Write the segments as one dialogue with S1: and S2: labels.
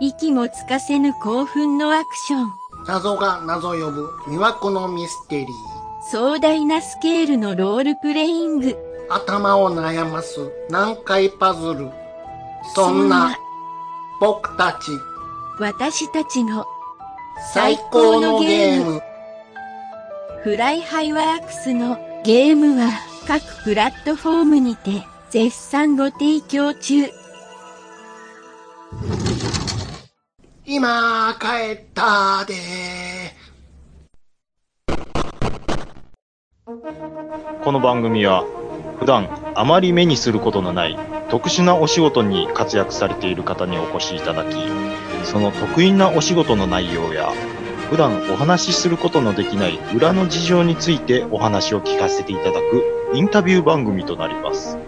S1: 息もつかせぬ興奮のアクション。
S2: 謎が謎呼ぶ魅惑のミステリー。
S1: 壮大なスケールのロールプレイング。
S2: 頭を悩ます難解パズル。そんな僕たち
S1: 私たちの
S2: 最高のゲーム。
S1: フライハイワークスのゲームは各プラットフォームにて絶賛ご提供中。
S2: 今帰ったで
S3: この番組は普段あまり目にすることのない特殊なお仕事に活躍されている方にお越しいただきその得意なお仕事の内容や普段お話しすることのできない裏の事情についてお話を聞かせていただくインタビュー番組となります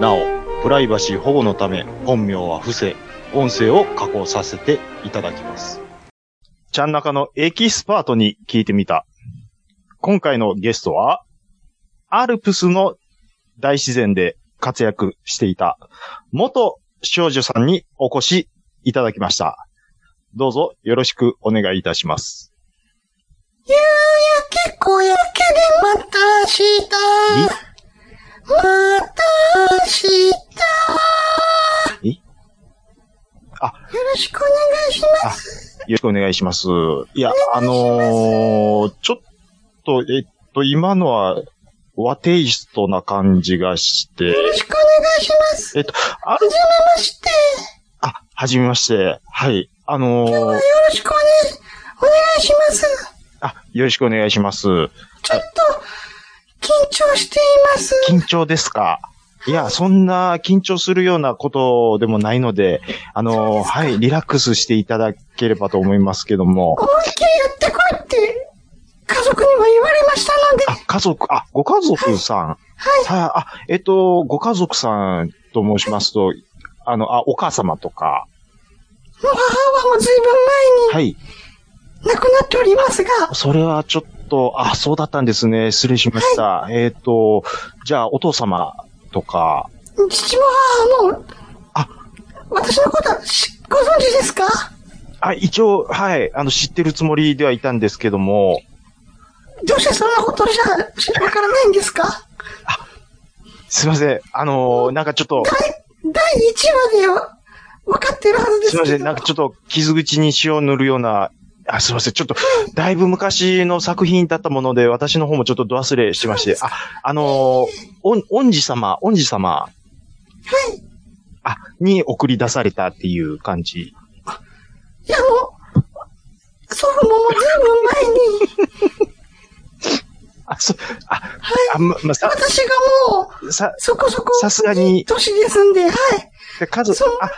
S3: なおプライバシー保護のため本名は伏せ音声を加工させていただきますちゃん中のエキスパートに聞いてみた今回のゲストはアルプスの大自然で活躍していた元少女さんにお越しいただきました。どうぞよろしくお願いいたします。
S2: ー。こやけでまた明日。また明日。よ
S3: あ、
S2: ろしくお願いします。
S3: よろしくお願いします。いや、あのー、ちょっと、えっと、今のは、和テイストな感じがして、
S2: よろしくお願いします。
S3: えっと、ある、
S2: はじめまして。
S3: あ、はじめまして。はい。あのー
S2: よ、ろしくお,、ね、お願いします。
S3: あ、よろしくお願いします。
S2: ちょっと、緊張しています。
S3: 緊張ですかいや、そんな緊張するようなことでもないので、あの、はい、リラックスしていただければと思いますけども。
S2: 思いっきりやってこいって、家族にも言われましたので、
S3: あ、家族、あ、ご家族さん。はい。あ、えっと、ご家族さんと申しますと、あの、あ、お母様とか、
S2: もう母はもう随分
S3: はい。
S2: 前に亡くなっておりますが、
S3: それはちょっと、あ、そうだったんですね。失礼しました。えっと、じゃあ、お父様とか、
S2: 父も母も、
S3: あ
S2: 私のことはしご存知ですか
S3: あ、一応、はい、あの、知ってるつもりではいたんですけども、
S2: どうしてそんなことじゃしわからないんですか
S3: すいません。あのーなんかちょっと、
S2: 第1話では分かってるはずですす
S3: いませ
S2: け
S3: ん。
S2: ど、
S3: なんかちょっと傷口に塩を塗るような、あ、すいません。ちょっと、だいぶ昔の作品だったもので、私の方もちょっとド忘れしてまして、あ、あのー、おん、恩師様、恩師様。
S2: はい。
S3: あ、に送り出されたっていう感じ。
S2: いやもう、祖父ももう随分前に、
S3: あ、そ、あ、 あ、ま、ま、さ、
S2: 私がもう、
S3: さ、
S2: そこそこ、
S3: さすがに
S2: 年ですんで、はい。
S3: 家族
S2: そん、
S3: あ、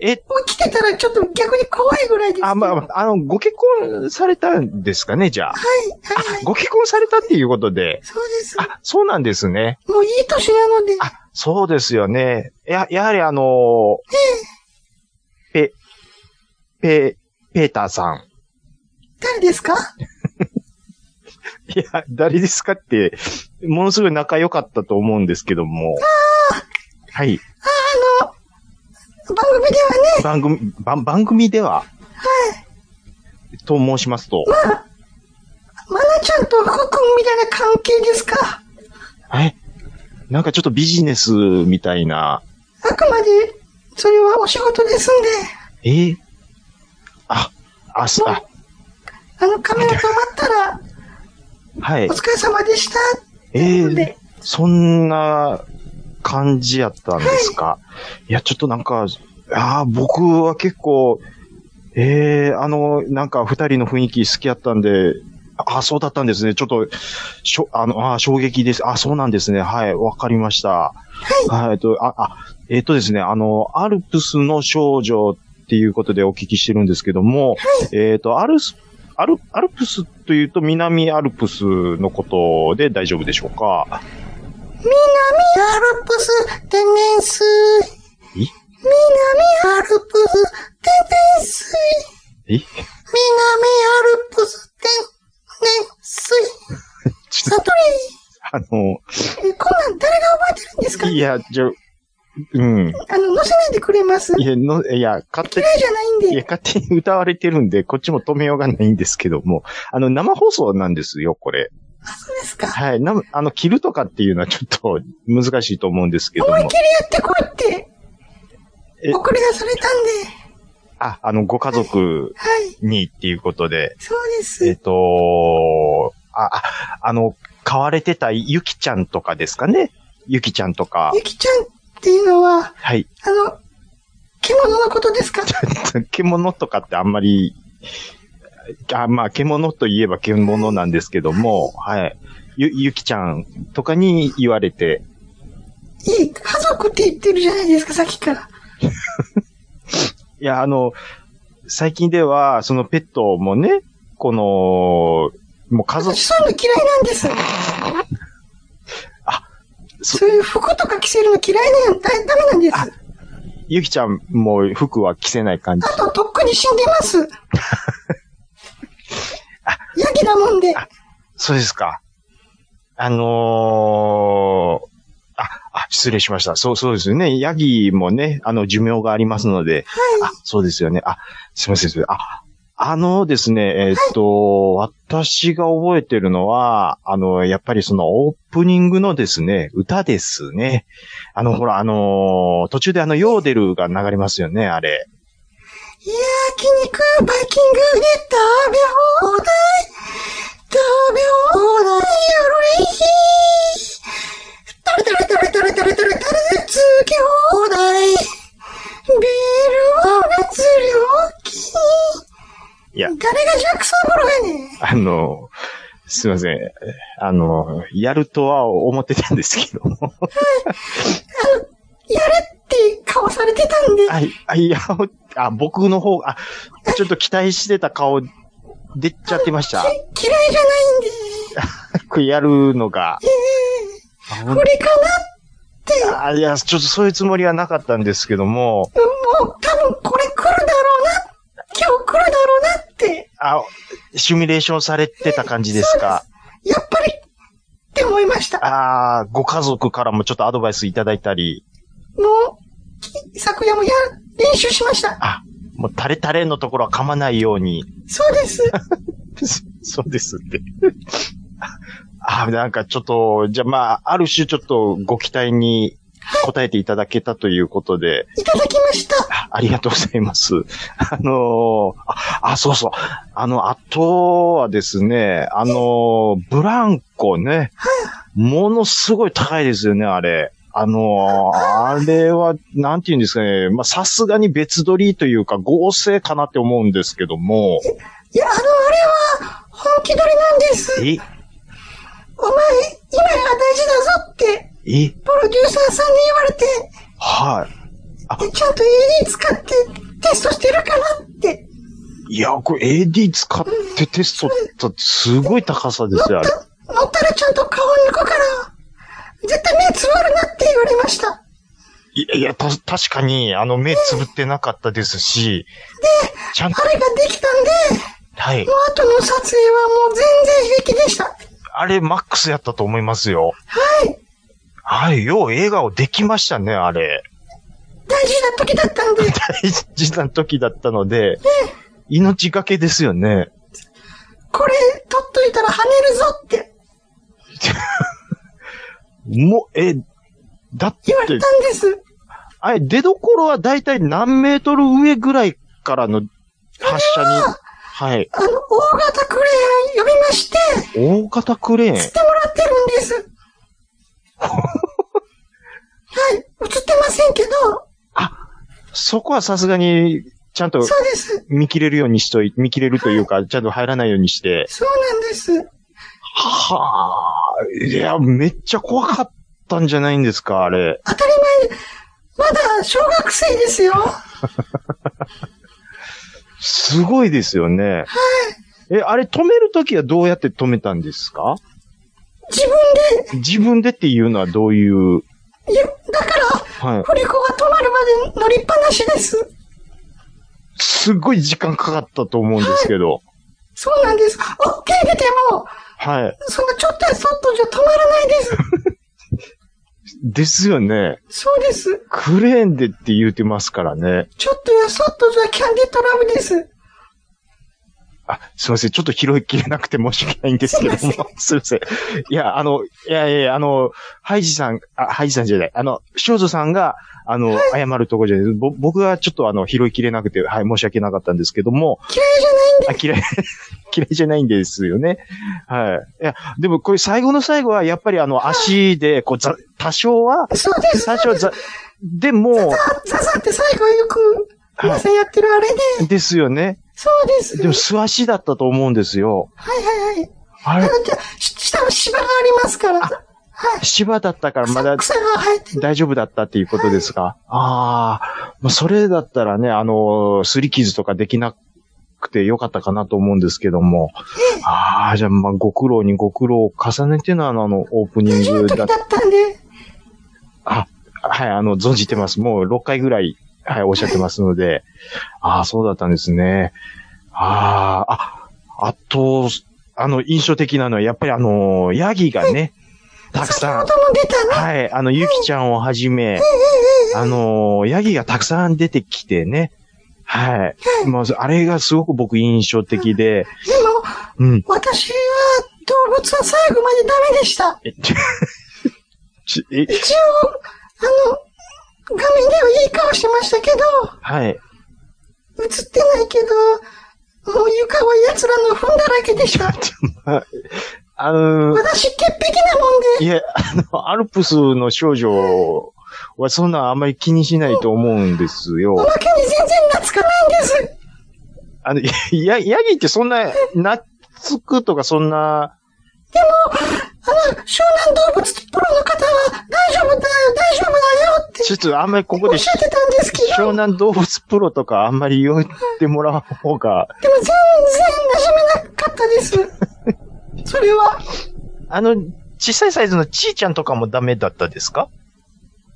S3: え、
S2: もう来てたらちょっと逆に怖いぐらいです。
S3: あ、まあ、あの、ご結婚されたんですかね、じゃあ。
S2: はい、はい、はい。
S3: ご結婚されたっていうことで。
S2: そうです。
S3: あ、そうなんですね。
S2: もういい年なので、
S3: あ、そうですよね。や、やはりあのー、ペ、ペ、ペーターさん。
S2: 誰ですか
S3: いや、誰ですかって、ものすごい仲良かったと思うんですけども。はい。
S2: 番組ではね、
S3: 番組、番、番組では、はい。と申しますと、
S2: まなちゃんと福君みたいな関係ですか
S3: え、なんかちょっとビジネスみたいな、
S2: あくまで、それはお仕事ですんで、
S3: えーあ、あ、すあ、
S2: あの、カメラ変わったら、
S3: はい
S2: お。疲れ様でした。
S3: ええ
S2: ということで
S3: そんな感じやったんですか。い、や、ちょっとなんか、ああ、僕は結構、ええあの、なんか二人の雰囲気好きやったんで、ああ、そうだったんですね。ちょっと、しょ、あの、あー衝撃です。あーそうなんですね。はい、わかりました。はい。えっと、あ、あ、えっとですね、あの、アルプスの少女っていうことでお聞きしてるんですけども、えっと、アルス、アル、アルプスというと南アルプスのことで大丈夫でしょうか
S2: 南アルプス天然水。
S3: え
S2: 南アルプス天然水。
S3: え
S2: 南アルプス天然水。
S3: ちょっ
S2: サト
S3: と、あの、
S2: リー。えこんなん誰が覚えてるんですか
S3: いや、じゃあうん。
S2: あの、載せないでくれます
S3: いや、の、いや、勝手に
S2: 嫌いじゃないん
S3: い
S2: で。
S3: や、勝手に歌われてるんで、こっちも止めようがないんですけども、あの、生放送なんですよ、これ。
S2: あ、そうですか。
S3: はい。な、あの、切るとかっていうのはちょっと難しいと思うんですけど
S2: 思い
S3: も
S2: 切。りやってこいって
S3: え、
S2: 送り出されたんで、
S3: あ、あの、ご家族
S2: はい、
S3: にっていうことで、
S2: そうで
S3: え
S2: す
S3: っ。と、あ、ああの、買われてたゆきちゃんとかですかねゆきちゃんとか
S2: ゆ。きちゃんっていうのは、
S3: はい。
S2: あの、獣のことで すか
S3: 獣とかってあんまり、あまあ、獣といえば獣なんですけども、はい。ゆ、ゆきちゃんとかに言われて、
S2: いい、家族って言ってるじゃないですか、さっきから。
S3: いや、あの、最近では、そのペットもね、この、もう家族、
S2: そういうの嫌いなんです。
S3: そ
S2: そういう服とか着せるの嫌いなんだ、ダメなんです。
S3: あゆきちゃんも服は着せない感じ
S2: あ。と、とっくに死んで ます。ヤギなもんで、
S3: あそうですか。あのーあ、あ、失礼しました。そう、そうですよね。ヤギもね、あの、寿命がありますので。
S2: は
S3: あ、そうですよね。あ、すいません、すいません。あ、あのですね、えーっと、私が覚えてるのは、あの、やっぱりそのオープニングのですね、歌ですね。あの、ほら、あのー途中であの、ヨーデルが流れますよね、あれ。
S2: い。焼肉、バイキングで食べ放題。食べ放題、よろいひ。食べ食べ食べ食べ食べ食べ食べ、つけ放題。ビールは別料金。
S3: いや
S2: 誰がジャックサンブロやねん。
S3: あの、すいません。あの、やるとは思ってたんですけども。
S2: やれって顔されてたんで、
S3: あ、あいや、あ、僕の方、あ、ちょっと期待してた顔、出ちゃってました。
S2: き嫌いじゃないんで、
S3: これやるのが。あほん
S2: これかなって、
S3: あいや、ちょっとそういうつもりはなかったんですけども、
S2: もう多分これ来るだろうな、今日来るだろうなって、
S3: あ、シミュレーションされてた感じですか。
S2: やっぱりって思いました。
S3: ああ、ご家族からもちょっとアドバイスいただいたり、
S2: もう、き昨夜もや、練習しました。
S3: あ、もうタレタレのところは噛まないように。
S2: そうです。
S3: そうですって。あ、なんかちょっと、じゃあまあ、ある種ちょっとご期待に応えていただけたということで、
S2: いただきました。
S3: あありがとうございます。 あのーあ、あ、そうそう。あの、あとはですね、あのーブランコね、ものすごい高いですよね、あれ。あのーあれは、なんて言うんですかね、まあ、さすがに別撮りというか合成かなって思うんですけども、
S2: いや、あの、あれは、本気取りなんです。
S3: え、
S2: お前、今が大事だぞって、
S3: え、
S2: プロデューサーさんに言われて、
S3: はい。
S2: ちゃんと AD 使ってテストしてるかなって。
S3: いや、これ AD 使ってテストってすごい高さですよ、あれ。
S2: 乗ったらちゃんと顔抜くから、絶対目つぶるなって言われました。
S3: いや、いやた、確かに、あの、目つぶってなかったですし、ちゃんと
S2: あ、れができたんで、
S3: はい
S2: も。う後の撮影はもう全然平気でした。は
S3: あれ、マックスやったと思いますよ。
S2: い。
S3: はい、よう笑顔できましたね、あれ。
S2: 大事な時だったんで、
S3: 大事な時だったので、命がけですよね。
S2: これ取っといたら跳ねるぞって
S3: もう、え、だっ
S2: 言われ
S3: て
S2: た、んです。
S3: あれ、出どころはだいたい何メートル上ぐらいからの発射に、はい。
S2: あの、大型クレーン呼びまして、
S3: 大型クレーン。
S2: 釣ってもらってるんです。はい。映ってませんけど、
S3: そこはさすがに、ちゃんと
S2: そうです。
S3: 見切れるようにしとい、見切れるというか、ちゃんと入らないようにして。
S2: そうなんです。
S3: はあ、いや、めっちゃ怖かったんじゃないんですか、あれ。
S2: 当たり前、まだ小学生ですよ。
S3: すごいですよね。え、あれ止めるときはどうやって止めたんですか
S2: 自分
S3: 自分でっていうのはどういう、
S2: で、いや、だから、
S3: はい。
S2: 振り子が止まるまで乗りっぱなしです。
S3: すごい時間かかったと思うんですけど。
S2: そうなんです。大きい出ても、
S3: はい。
S2: そのちょっとやそっとじゃ止まらないです。
S3: ですよね。
S2: そうです。
S3: クレーンでって言うてますからね。
S2: ちょっとやそっとじゃキャンディートラムです。
S3: あ、すいません。ちょっと拾いきれなくて申し訳ないんですけども。
S2: すいま
S3: すいません。いや、あの、いやいやいや、あの、ハイジさん、あ、ハイジさんじゃない。あの、少女さんが、あの、謝るとこじゃない。ぼ僕はちょっとあの、拾いきれなくて、はい、申し訳なかったんですけども。
S2: 嫌いじゃない
S3: あ、嫌い、 嫌いじゃないんですよね。はい。いや、でもこれ最後の最後は、やっぱりあの、足で、こう、ざ、多少は、
S2: そうです。
S3: 多少はざ、でも、
S2: ザザって最後よく、皆さんやってるあれね。
S3: ですよね。
S2: そうです。
S3: でも素足だったと思うんですよ。
S2: はいはいはい。
S3: あ
S2: あ
S3: れ、
S2: のじゃあし下の芝がありますから。はい。
S3: 芝だったからまだ
S2: 草が生えて
S3: 大丈夫だったっていうことですかああ、まあ、それだったらね、あの、すり傷とかできなくてよかったかなと思うんですけども。ああ、じゃあ、まあ、ご苦労にご苦労を重ねてのあの、オープニング
S2: る
S3: だ
S2: 時だったんで。
S3: あ、はい、あの、存じてます。もう6回ぐらい、はい、おっしゃってますので。ああ、そうだったんですね。ああ、あ、あと、あの、印象的なのは、やっぱりあの、ヤギがね、たくさん
S2: 先ほ、ども出たね。
S3: はい、あの、ゆきちゃんをはじめ、あの、ヤギがたくさん出てきてね、はい。まあ、あれがすごく僕印象的で、
S2: でも、
S3: うん。
S2: 私は動物は最後までダメでした。
S3: えち ちえ
S2: 一応、あの、画面ではいい顔してましたけど、
S3: はい。
S2: 映ってないけど、もう床は奴らの糞だらけでした。
S3: あの
S2: 私、潔癖なもんで、
S3: いや、あの、アルプスの少女はそんなあんまり気にしないと思うんです
S2: お
S3: よ。
S2: まけに全然懐かないんです。
S3: あの、いや、ヤギってそんな、なっつくとかそんな、
S2: あの、湘南動物プロの方は、大丈夫だよ、大丈夫だよって
S3: ちょっとあんまりここ
S2: お
S3: で
S2: っしゃってたんですけ
S3: 湘
S2: ど、でも
S3: 南動物プロとかあんまり言ってもらう方が、
S2: 全然馴染めなかった です。それは、
S3: あの、小さいサイズのちーちゃんとかもダメだったですか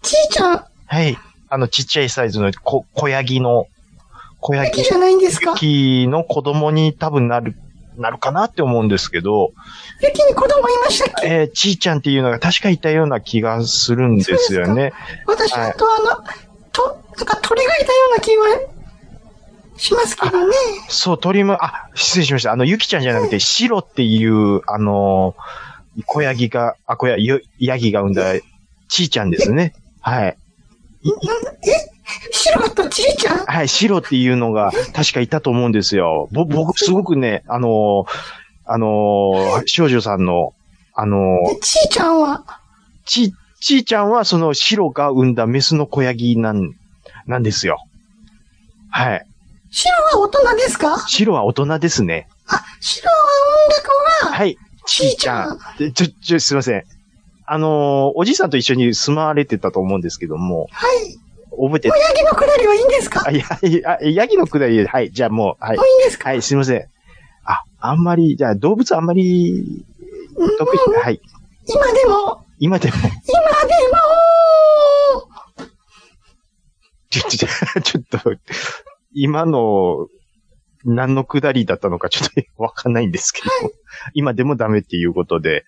S2: ちいちゃん、
S3: はい。あの、ちっちゃいサイズのこ小ヤギの、小ヤギ
S2: 敵じゃないんですか
S3: キの子供に多分なる、なるかなって思うんですけど、
S2: 敵に子供いましたっけ
S3: えー、ちーちゃんっていうのが確かいたような気がするんですよね。
S2: 私、
S3: はい
S2: あとあの、と、なんか鳥がいたような気はしますけどね。
S3: そう、鳥も、あ、失礼しました。あの、ゆきちゃんじゃなくて、シロっていう、あのー小ヤギが、あ、小ヤギ、ヤギが産んだ、ちーちゃんですね。はい。
S2: 白とちいちゃん
S3: はい、シロっていうのが、確かいたと思うんですよ。ぼ、僕、すごくね、あのーあのー少女さんの、あのー
S2: でちいちゃんは、
S3: ち、ちーちゃんはその白が産んだメスの子ヤギなん、なんですよ。はい。
S2: 白は大人ですか
S3: 白は大人ですね。
S2: あ、白は産んだ子は、
S3: はい。ちーちゃん。でちょ、ちょ、すいません。あのーおじいさんと一緒に住まわれてたと思うんですけども、
S2: はい。
S3: 覚えて
S2: お、やぎのくだりはいいんですか
S3: あ、いや、いや、ヤギのくだりで、はい、じゃあもう、はい
S2: もう。いいんですか
S3: はい、すいません。あ、あんまり、じゃあ動物あんまり、得意、はい。
S2: 今でも、
S3: 今でも、
S2: 今でも、
S3: ちょ、ちょ、ちょっと、今の、何のくだりだったのかちょっと わかんないんですけど、今でもダメっていうことで、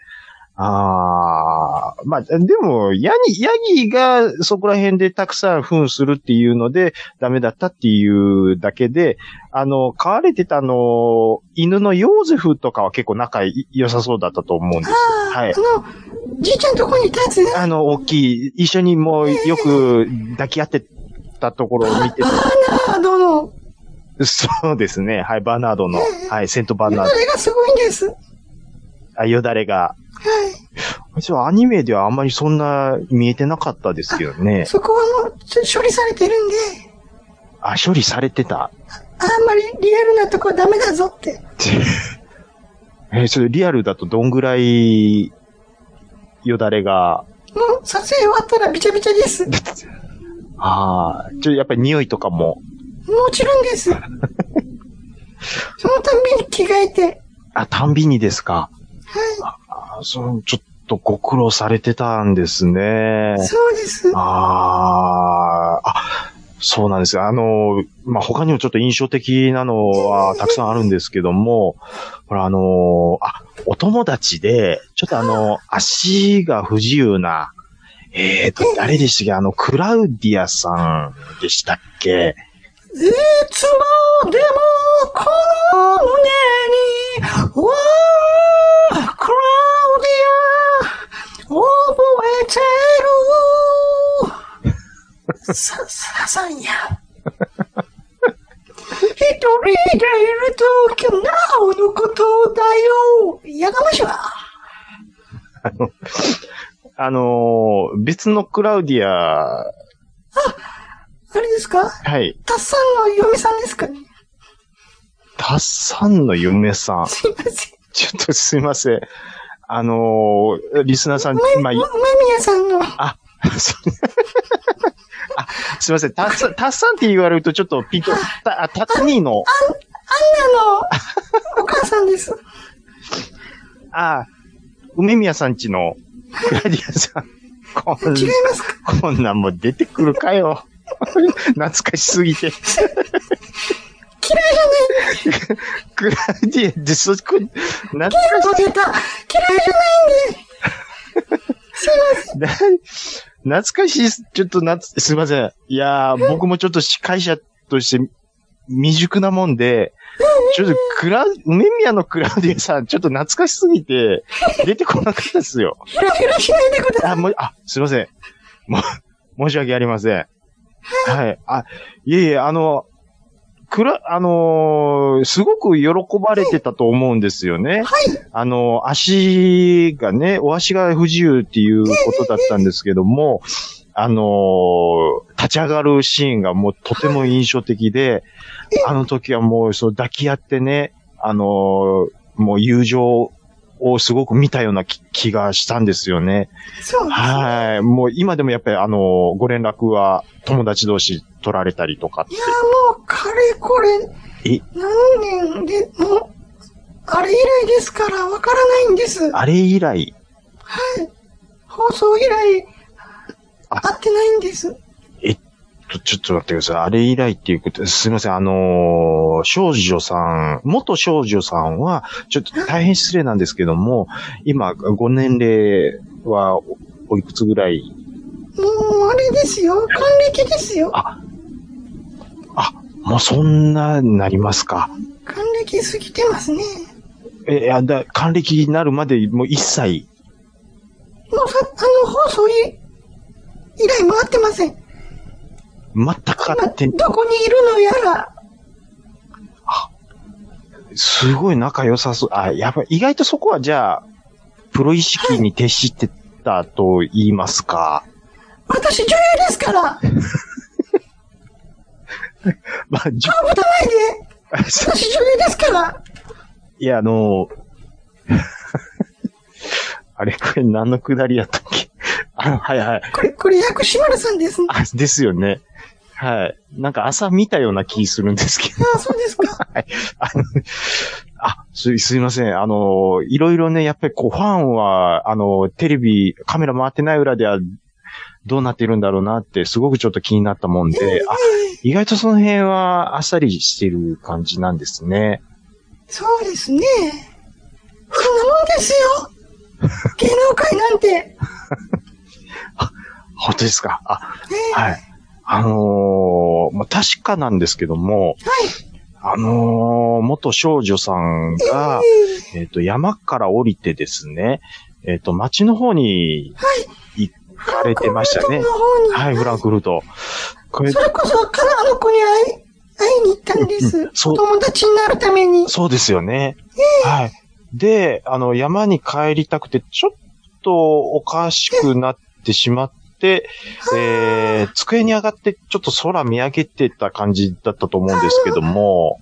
S3: ああ、まあ、でも、ヤギ、ヤギがそこら辺でたくさん糞するっていうので、ダメだったっていうだけで、あの、飼われてたあの、犬のヨーゼフとかは結構仲良さそうだったと思うんです。
S2: ああ、
S3: はい
S2: あの、じいちゃんとこにいたやつね。
S3: あの、大きい、一緒にもうよく抱き合ってたところを見て
S2: バーナードの、
S3: そうですね。はい、バーナードの、はい、セントバーナー
S2: あれがすごいんです。はい。
S3: ド、あ、よだれが。実はアニメではあんまりそんな見えてなかったですけどね。
S2: そこはもう、ちょ処理されてるんで、
S3: あ、処理されてた。
S2: あんまりリアルなとこはダメだぞって。
S3: えーそれリアルだとどんぐらい、よだれが、
S2: もう、撮影終わったらびちゃびちゃです。も
S3: ああ、ちょ、やっぱり匂いとかも、
S2: ちろ んです。そのたんびに着替えて、
S3: あ、たんびにですか。あそう、ちょっとご苦労されてたんですね。
S2: そうです。
S3: あーあ、そうなんですよ。あの、まあ、他にもちょっと印象的なのはたくさんあるんですけども、ほら、あの、あ、お友達で、ちょっとあの、足が不自由な、えーと、誰でしたっけあの、クラウディアさんでしたっけ
S2: いつまでもこの胸に、わあ、クラウディア、覚えてる。さ、ささんや。一人でいるときなおのことだよ。やがましは。
S3: あのー別のクラウディア、
S2: あれですか
S3: はい、
S2: たっさんの嫁さんですかね
S3: たっさんの夢さん。
S2: すいません。
S3: ちょっとすいません。あのーリスナーさん、今、い
S2: ま、まみやさんの。
S3: そうあすいません。たっさん、たっさんって言われるとちょっとピンと、た、あたつにーの、
S2: あの、お母さんです。
S3: あ、梅宮さんちのクラディアさん。こん
S2: 違いますか
S3: こんなんも出てくるかよ。懐かしすぎて。
S2: 嫌いじゃない。
S3: クラディア、で、そこ、懐か
S2: そう言った。嫌いじゃないんで。すいません。
S3: な懐かしいです。ちょっとなつ、すいません。いやー、僕もちょっと司会者として未熟なもんで、ちょっとクラ、梅宮のクラウディアさん、ちょっと懐かしすぎて、出てこなかったですよ。
S2: ひらひらしないでくださ い。
S3: あ、もう、あ、すいません。も、申し訳ありません。はい。あ、いえいえ、あの、くら、あのーすごく喜ばれてたと思うんですよね。
S2: はい。
S3: あの、足がね、お足が不自由っていうことだったんですけども、あのー立ち上がるシーンがもうとても印象的で、あの時はもうそう抱き合ってね、あのーもう友情をすごく見たような気気がしたんですよね。
S2: そう。
S3: はい。もう今でもやっぱりあのーご連絡は友達同士取られたりとかって
S2: い。や、もう、かれこれ、
S3: え
S2: 何年で、もう、あれ以来ですから、わからないんです。
S3: あれ以来、
S2: 放送以来、
S3: あ
S2: 会ってないんです。
S3: ちょちょっと待ってください。あれ以来っていうこと、すいません。あのー少女さん、元少女さんは、ちょっと大変失礼なんですけども、今、ご年齢はおおいくつぐらい
S2: もう、あれですよ。還暦ですよ。
S3: もうそんなになりますか。
S2: 還暦過ぎてますね。
S3: え、いや、だ、還暦になるまでもう一切
S2: もうさ、あの、放送以以来回ってません。
S3: 全くあって
S2: 今、どこにいるのやら、
S3: すごい仲良さそう。あ、やばい。意外とそこはじゃあ、プロ意識に徹してたと言いますか。
S2: 私女優ですから、顔
S3: まあ、じゅ
S2: ぶたないで、私女優ですから、
S3: いや、あの、 あれ、これ何のくだりやったっけ あ、はいはい。
S2: これ、これ薬師丸さんですね。
S3: あ、ですよね。はい。なんか朝見たような気するんですけど。
S2: ああ、そうですか。
S3: あの、あ、す、すいません。あの、いろいろね、やっぱりこう、ファンは、あの、テレビ、カメラ回ってない裏では、どうなってるんだろうなって、すごくちょっと気になったもんで、あ、意外とその辺は、あっさりしてる感じなんですね。
S2: そうですね。そんなもんで すよ。芸能界なんて。ね
S3: 本当ですか。あ、
S2: え
S3: は
S2: はい。
S3: い。あのーまあ、確かなんですけども、あのー元少女さんが、えっ、と、山から降りてですね、えっ、と、町の方に行かれてましたね
S2: フランク。フルトの方に
S3: はい、フランクフルト。これ
S2: そ、れこそ、かなあの子に会い、会いに行ったんで
S3: うんう
S2: す
S3: ん。そう
S2: お友達になるために。
S3: そうですよね。はい。で、あの、山に帰りたくて、ちょっとおかしくなってしまって、えー、机に上がって、ちょっと空見上げてた感じだったと思うんですけども、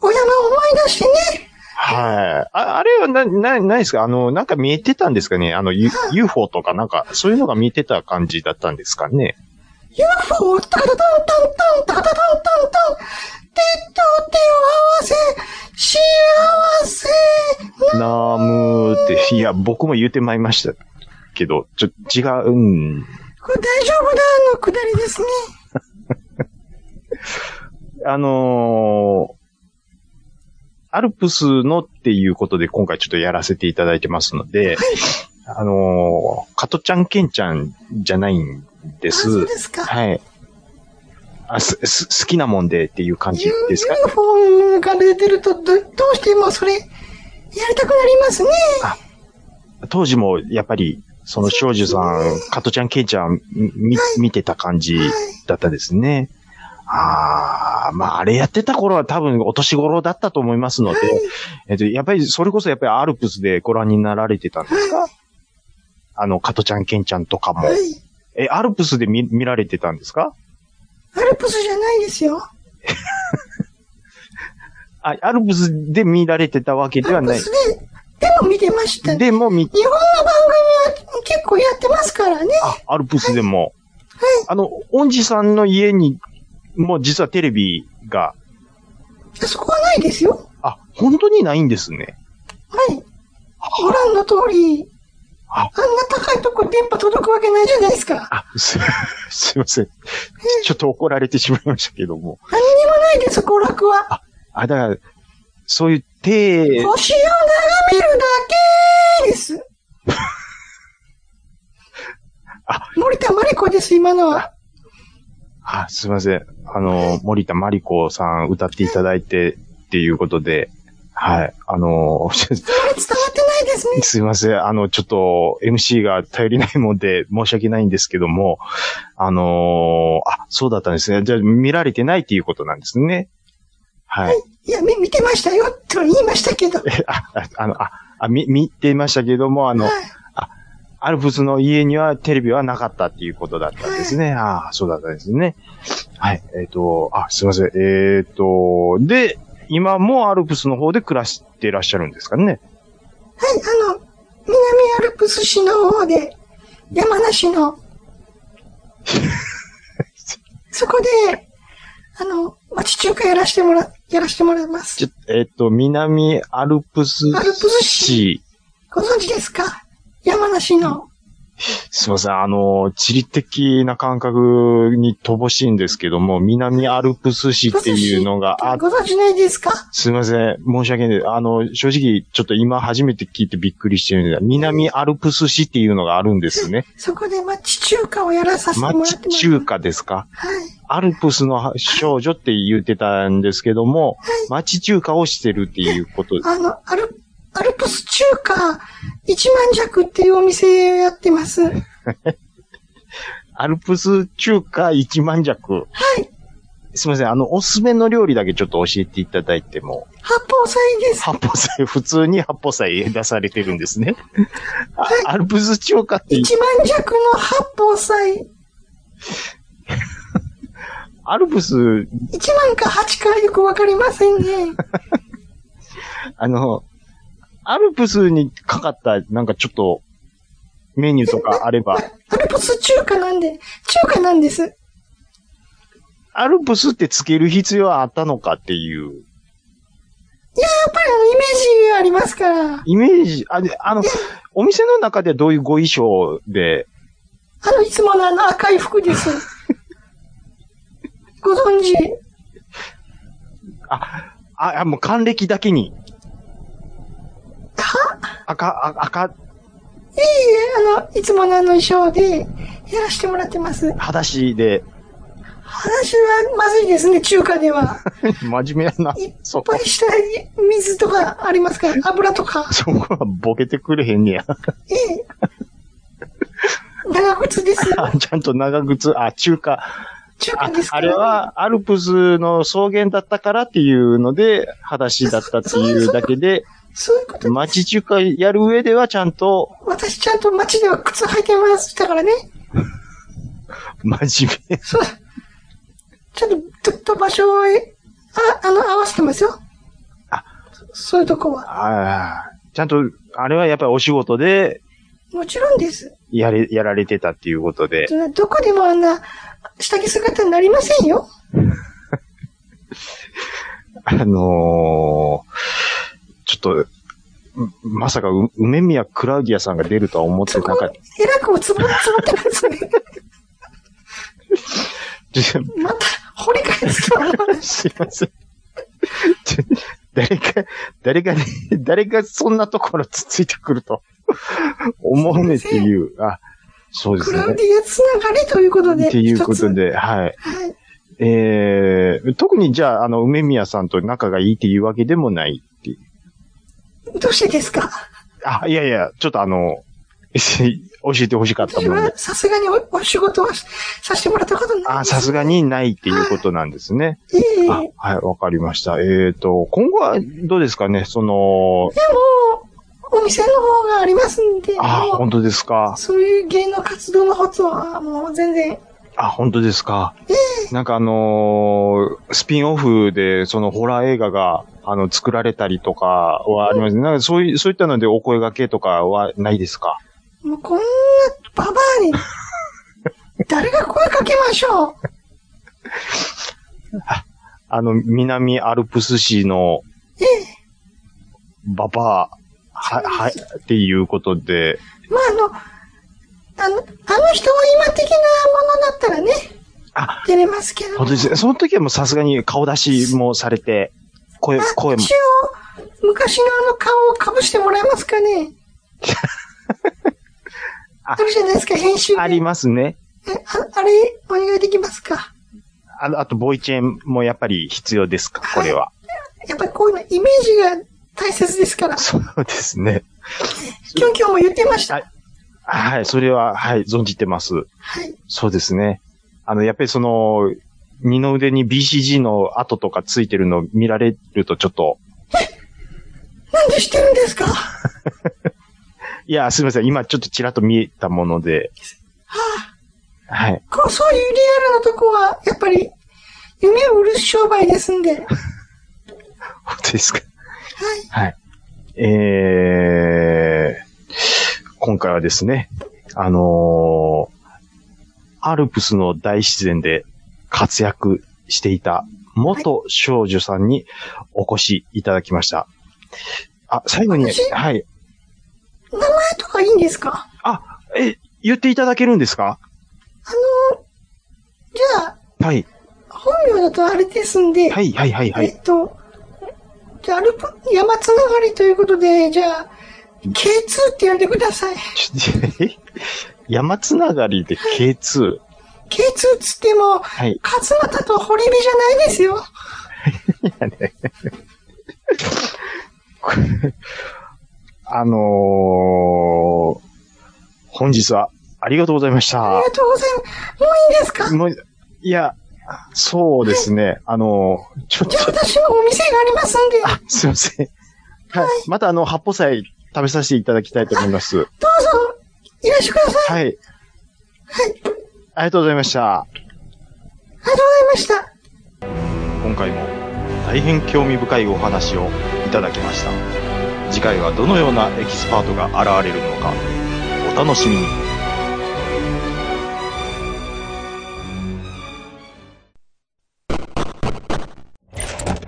S2: お山を思い出してね。
S3: はい。あ、あれはな、な、ないですかあの、なんか見えてたんですかねあの、U、UFO とかなんか、そういうのが見えてた感じだったんですかね
S2: UFO、タカタタンタンタン、タカタタンタンタン。手と手を合わせ、幸せ。
S3: ナームーって、いや、僕も言うてまいりましたけど、ちょ、違うん。
S2: これ大丈夫だ、のくだりですね。
S3: あのーアルプスのっていうことで今回ちょっとやらせていただいてますので、あのー、加トちゃんケンちゃんじゃないんで
S2: あそう
S3: す
S2: で。すか。
S3: はい。あ、す、す、好きなもんでっていう感じ
S2: ユ
S3: ですか
S2: ユニフォームが出てるとど、どうしてもそれ、やりたくなりますね。
S3: 当時もやっぱり、その少女さん、加トちゃんケイちゃん、みみ、見てた感じだったですね。ああ、まあ、あれやってた頃は多分お年頃だったと思いますので、えっと、やっぱりそれこそやっぱりアルプスでご覧になられてたんですかあの、加トちゃんケンちゃんとかも
S2: は。い。
S3: え、アルプスで見、見られてたんですか
S2: アルプスじゃないですよ。
S3: あ、アルプスで見られてたわけでは
S2: アル
S3: な
S2: プ
S3: い
S2: ス。で、でも見てました。日
S3: でも、み、
S2: 本の番組は結構やってますからね。
S3: あ、アルプスでも。あの、恩師さんの家に、も実はテレビが、
S2: そこはないですよ。
S3: あ、本当にないんですね。
S2: はい。ご覧の通り、あ
S3: あ
S2: んな高いとこ電波届くわけないじゃないですか。
S3: あ、す、すいません。ちょっと怒られてしまいましたけども。
S2: 何にもないです、娯楽は。
S3: あ、だから、そういう手、
S2: 星を眺めるだけです。
S3: あ
S2: 森田真理子です、今のは。
S3: あ、すいません。あの、森田真理子さん歌っていただいてっていうことで、はい。あの、
S2: あれ伝わってないですね。
S3: すいません。あの、ちょっと MC が頼りないもんで申し訳ないんですけども、あのーあ、そうだったんですね。じゃあ見られてないっていうことなんですね。はい。
S2: いや、み見てましたよ、と言いましたけど。はい。
S3: あ、ああの、あ、あみ、見てましたけども、あの、アルプスの家にはテレビはなかったっていうことだったんですね。ああ、そうだったんですね。はい。えっ、と、あ、すいません。えっ、と、で、今もアルプスの方で暮らしてらっしゃるんですかね。
S2: はい、あの、南アルプス市の方で、山梨 の、そこで、あの、町中華やらしてもら、やらしてもらいます
S3: ち。ょえっ、と、南アルプス
S2: アルプス
S3: 市
S2: 市。ご存知ですか山梨の。
S3: すいません。あの、地理的な感覚に乏しいんですけども、南アルプス市っていうのがあっ
S2: ご存知ないですか
S3: すいません。申し訳ない。あの、正直、ちょっと今初めて聞いてびっくりしてるんで、南アルプス市っていうのがあるんですね。
S2: そこで町中華をやらさせてもらってます。
S3: 町中。華ですか
S2: はい。
S3: アルプスの少女って言ってたんですけども、町中華をしてるっていうこと。
S2: あの、アル、アルプス中華一万弱っていうお店をやってます。はい。
S3: アルプス中華一万弱。すいません。あの、おすすめの料理だけちょっと教えていただいても。
S2: 八宝菜です。
S3: 八宝菜、普通に八宝菜出されてるんですね。 あアルプス中華って、
S2: 一万弱の八宝菜。
S3: アルプス、
S2: 一万か八かよくわかりませんね。
S3: あの、アルプスにかかった、なんかちょっと、メニューとかあれば、
S2: アルプス中華なんで、中華なんです。
S3: アルプスってつける必要はあったのかっていう、
S2: いや、やっぱりあの、イメージがありますから。あの、
S3: イメージ、あであ の、お店の中ではどういうご衣装で、
S2: いつものあの赤い服です。ご存知
S3: あ、あもう還暦だけに、
S2: か
S3: 赤、あ赤、
S2: いえいえ、あの、いつものあの衣装でやらしてもらってます。
S3: 裸足で、
S2: 話はまずいですね、中華では。
S3: 真面目やな
S2: 一、
S3: そ
S2: ぱ
S3: こ
S2: い、した水とかありますから、油とか。
S3: そこはボケてくれへんねや。
S2: ええ。長靴です。
S3: あちゃんと長靴、あ、中華。
S2: 中華
S3: あ
S2: ですか
S3: あ
S2: ら
S3: れは、アルプスの草原だったからっていうので、裸足だったっていうだけで、
S2: そういうこと。
S3: 町中華やる上ではちゃんと、
S2: 私ちゃんと街では靴履いてましたからね。
S3: 真面目。
S2: そう。ちゃんと、ずっと場所を、あ、あの、合わせてますよ。
S3: あ
S2: そ、そういうとこは。
S3: ああ、ちゃんと、あれはやっぱりお仕事で、
S2: もちろんです。
S3: やれ、やられてたっていうことで。
S2: どこでもあんな、下着姿になりませんよ。
S3: あのー、ちょっと、うまさかう、梅宮クラウディアさんが出るとは思って
S2: そ
S3: な
S2: こ
S3: かっ、
S2: えらくもつぶ、つぶってますね。
S3: た。
S2: また、掘り返すとは思わない。
S3: すいません。ちょ誰か、誰かね、誰がそんなところつついてくると思わねっていう、あ、そうで
S2: ク
S3: す
S2: ラウ
S3: ね
S2: デ。ィアつながりということで。
S3: っていうこと
S2: 一
S3: で、はい。
S2: つ。はい。
S3: えー、特にじゃあ、あの、梅宮さんと仲がいいっていうわけでもないっていう。
S2: どうしてですか
S3: あ、いやいや、ちょっとあの、 教えてほしかった
S2: 私
S3: もんで
S2: は。さすがにおお仕事はしさせてもらったことないんです。
S3: あ、さすがにないっていうことなんですね。
S2: ええ
S3: あはい、わかりました。えっ、と、今後はどうですかねその、
S2: でも、お店の方がありますんで、
S3: あ、
S2: もう
S3: 本当ですか。
S2: そういう芸能活動のことはもう全然、
S3: あ、本当ですか。なんかあのースピンオフで、そのホラー映画が、あの、作られたりとかはあります。なんかそういう、そういったのでお声掛けとかはないですか
S2: もうこんなババア に、誰が声かけましょう
S3: あの、南アルプス市の、ババア、は、は、っていうことで、
S2: まああの、あの、あの人は今的なものだったらね、
S3: あ
S2: 出れますけど。
S3: 本当ですね。その時はもうさすがに顔出しもされて、声、
S2: あ
S3: 声も。
S2: 一応、昔のあの顔をかぶしてもらえますかね
S3: あ
S2: あるじゃないですか、編集で。
S3: ありますね。
S2: えああれ、お願いできますか
S3: あのあと、ボイチェンもやっぱり必要ですかこれは。
S2: やっぱりこういうの、イメージが大切ですから。
S3: そうですね。
S2: キョンキョンも言ってました。
S3: は
S2: はいい。
S3: はい、それは、はい、存じてます。そうですね。あの、やっぱりその、二の腕に BCG の跡とかついてるの見られるとちょっと、
S2: なんでしてるんですか
S3: いや、すみません。今ちょっとちらっと見えたもので、はい。
S2: こう、そういうリアルなとこは、やっぱり、夢を売る商売ですんで。はい。
S3: 本当ですか。はい。えー、今回はですね、あのーアルプスの大自然で活躍していた元少女さんにお越しいただきました。あ、最後に、
S2: 私
S3: はい。
S2: 名前とかいいんですか
S3: あ、え、言っていただけるんですか
S2: あの、じゃあ、
S3: はい。
S2: 本名だとあれですんで、
S3: はい、はい、はい、は
S2: え
S3: い。
S2: っと、じゃあ、アルプ、山つながりということで、じゃあ、K2 って呼んでください。
S3: ちょっと え山つながりで K2。
S2: K2 っつっても、
S3: はい。
S2: 勝俣と堀部じゃないですよ。
S3: あのー、本日はありがとうございまし
S2: あ
S3: た
S2: りが。とうございます。もういいですか
S3: もういや、そうですね。あのー、ちょっ
S2: じゃあ
S3: と、
S2: 私のお店がありますんで、どうぞ
S3: あ、すいません。はい。またあの、八宝菜食べさせていただきたいと思います。
S2: いらしてくださ
S3: は
S2: い。
S3: い。
S2: はい。あり
S3: ありが
S2: がとう
S3: とうございました。
S2: ございました。
S3: 今回も大変興味深いお話をいただきました次回はどのようなエキスパートが現れるのかお楽しみに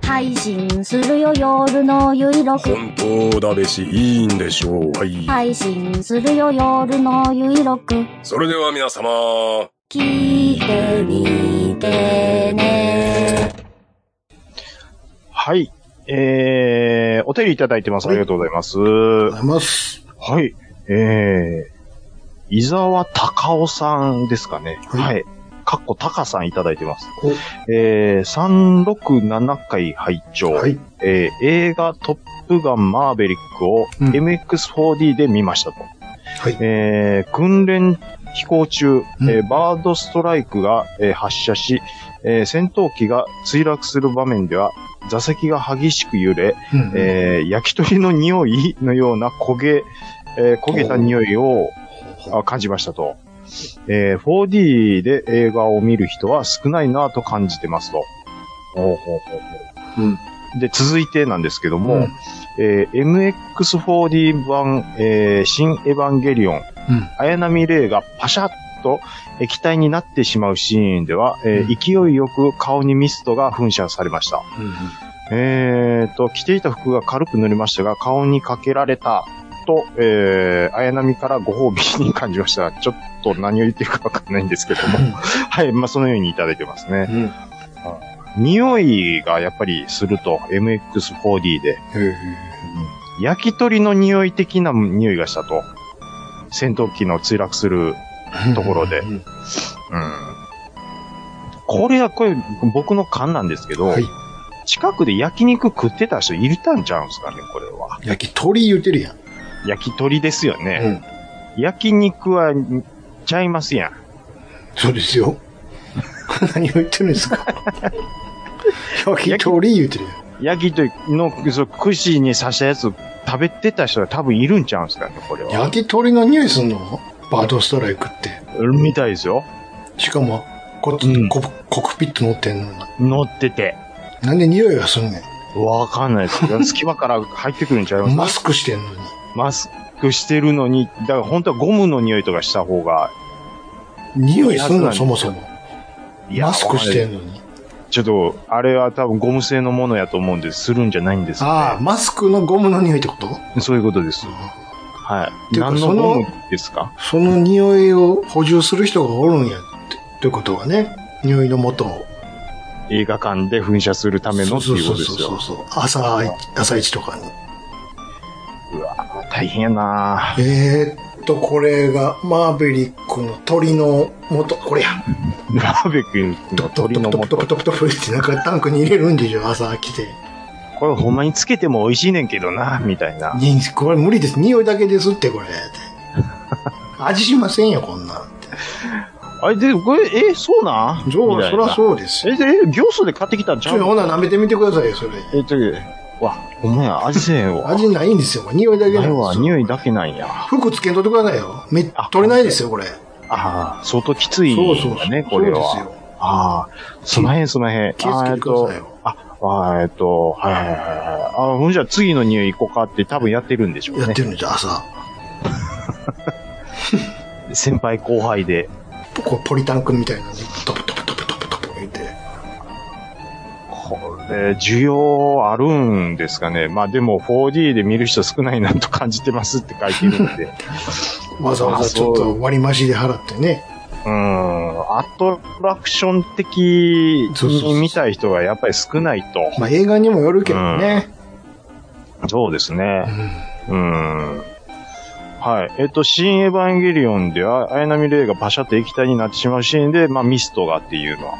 S4: 配信するよ夜のゆいろく。
S5: 本当だべし、いいんでしょう。はい。
S4: 配信するよ夜のゆいろく。
S5: それでは皆様。
S4: 聞いてみてね。
S3: はいえー、お手入れいただいてますありがとうございます
S6: ご
S3: は
S6: ざいます。
S3: いえー、伊沢隆夫さんですかね
S6: はい
S3: はいかっこ高さんいただいてます
S6: お。
S3: えー、367回拝聴。
S6: はい。
S3: えー映画トップガンマーベリックを
S6: うん
S3: MX4D で見ましたと。
S6: はい
S3: えー訓練飛行中、
S6: ん
S3: えーバードストライクが、えー発射し、えー戦闘機が墜落する場面では、座席が激しく揺れ、
S6: うん
S3: えー焼き鳥の匂いのような焦げ、えー焦げた匂いをあ感じましたと。えー 4D で映画を見る人は少ないなぁと感じてますと。
S6: うん
S3: で、続いてなんですけども、
S6: うん
S3: えー MX4D 版、えー新エヴァンゲリオン、綾波レイがパシャッと液体になってしまうシーンでは、えー勢いよく顔にミストが噴射されました。えーと、着ていた服が軽く塗りましたが、顔にかけられた、と、えー、綾波からご褒美に感じました。ちょっと何を言ってるかわかんないんですけども。 はい、まあ、そのようにいただいてますね。
S6: うん
S3: 匂いがやっぱりすると、MX4D で。焼き鳥の匂い的な匂いがしたと。戦闘機の墜落するところで。
S7: うん
S3: うん。これは、これ、僕の勘なんですけど、
S7: はい
S3: 近くで焼肉食ってた人いたんちゃうんすかね、これは。
S7: 焼き鳥言うてるやん。
S3: 焼き鳥ですよ
S7: う
S3: ね。
S7: ん。
S3: 焼肉は、ちゃいますやん。
S7: そうですよ。何を言ってるんです か焼き鳥言うてるやん。
S3: 焼き鳥の、そう、串に刺したやつ食べてた人は多分いるんちゃうんすかね、これは。
S7: 焼き鳥の匂いすんのバードストライクって。
S3: みたいですよ。
S7: しかも、こっち、
S3: うん
S7: ココックピット乗ってんのに。
S3: 乗ってて。
S7: なんで匂いがすんね
S3: わかんないですけ ど、隙間から入ってくるんちゃいます
S7: ん。マスクしてんのに。
S3: マスクしてるのに、だから本当はゴムの匂いとかした方が、
S7: 匂いすん
S3: いやそうなん
S7: の、
S3: です
S7: そもそも。
S3: いや
S7: マスクして
S3: わかんない
S7: んのに。
S3: ちょっと、あれは多分ゴム製のものやと思うんです、するんじゃないんです
S7: ああ、マスクのゴムの匂いってこと
S3: そういうことです。
S7: うん
S3: はい。
S7: ていうか
S3: 何の
S7: その
S3: ゴムですか
S7: その匂いを補充する人がおるんやって、ということはね。匂いの元を。
S3: 映画館で噴射するためのっていうことで
S7: そ
S3: す
S7: うそう
S3: よ。
S7: そうそう。朝、朝一とかに。
S3: 大変やなぁ
S7: えー、っと、これが、マーベリックの鳥の元、これや。
S3: ラーベキューの
S7: トプ
S3: 鳥の
S7: トプト
S3: 元
S7: プ。トプトプってなんかタンクに入れるんでしょ、朝来て。
S3: これほんまにつけても美味しいねんけどなみたいな。
S7: にこれ無理です。匂いだけですって、これ。味しませんよ、こんなんって。
S3: あれ、で、これ、え、そうなん
S7: そう、そら
S3: う。
S7: そうですよ。
S3: え、で、え行数で買ってきたん
S7: ち
S3: ちゃ
S7: ょ、
S3: う
S7: ほな舐めてみてくださいよ、それ。
S3: え、ちょ、わ、ほんまや、味せえへん わ。
S7: 味ないんですよ、これ。匂いだけな
S3: ない
S7: ん
S3: わ、
S7: ですよ。
S3: 匂いだけなんや。
S7: 服つけんとってくださいよ。め
S3: あ
S7: 取れないですよ、これ。
S3: ああ、相当きついん
S7: そうそうそ
S3: だ
S7: う。
S3: ね、これ
S7: そう
S3: は。
S7: ですよ。
S3: ああ、すまへんすまへん。
S7: 気をつけてください
S3: あ
S7: よ。
S3: あえっと、はいはいはいはい。あほんじゃ次の匂い行こうかって多分やってるんでしょう
S7: やっ
S3: ね
S7: て。るんですよ、朝。
S3: 先輩後輩で。
S7: こうポリタンクみたいなのに、トプトプトプトプトプ言って。
S3: これ、需要あるんですかね。まあでも 4D で見る人少ないなと感じてますって書いてるんで。
S7: わざわざちょっと割り増しで払ってね。
S3: うん、アトラクション的
S7: そうそうそう
S3: に見たい人がやっぱり少ないと。
S7: まあ映画にもよるけどね。
S3: そうですね
S7: う。ん
S3: うん。はい。えっと、新エヴァンゲリオンでは、綾波レイがパシャって液体になってしまうシーンで、まあ、ミストがっていうのは。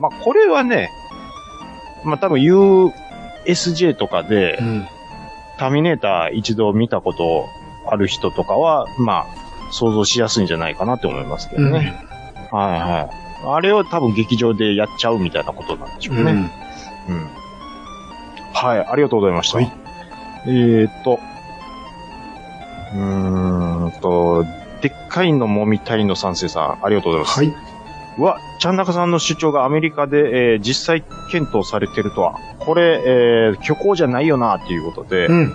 S3: まあ、これはね、まあ、多分 USJ とかで、
S7: うん
S3: ターミネーター一度見たことある人とかは、まあ、想像しやすいんじゃないかなって思いますけどね。はいはい。あれを多分劇場でやっちゃうみたいなことなんでしょうね。うん。はい、ありがとうございました。
S7: はい
S3: えーっと、うーんと、でっかいのもみたいの三世さん、ありがとうございます。
S7: はい。
S3: は、ちゃんなかさんの主張がアメリカで、えー実際検討されてるとは、これ、えー虚構じゃないよな、っていうことで、
S7: うん。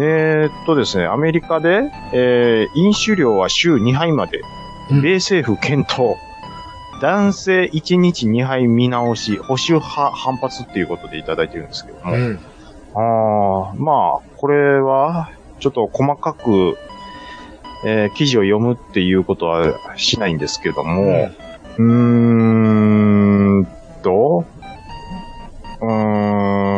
S3: えーっとですね、アメリカで、えー飲酒量は週2杯まで、
S7: うん
S3: 米政府検討、男性1日2杯見直し、保守派反発っていうことでいただいてるんですけども、
S7: うん。
S3: あーまあ、これは、ちょっと細かく、えー記事を読むっていうことはしないんですけども、うーんと、うー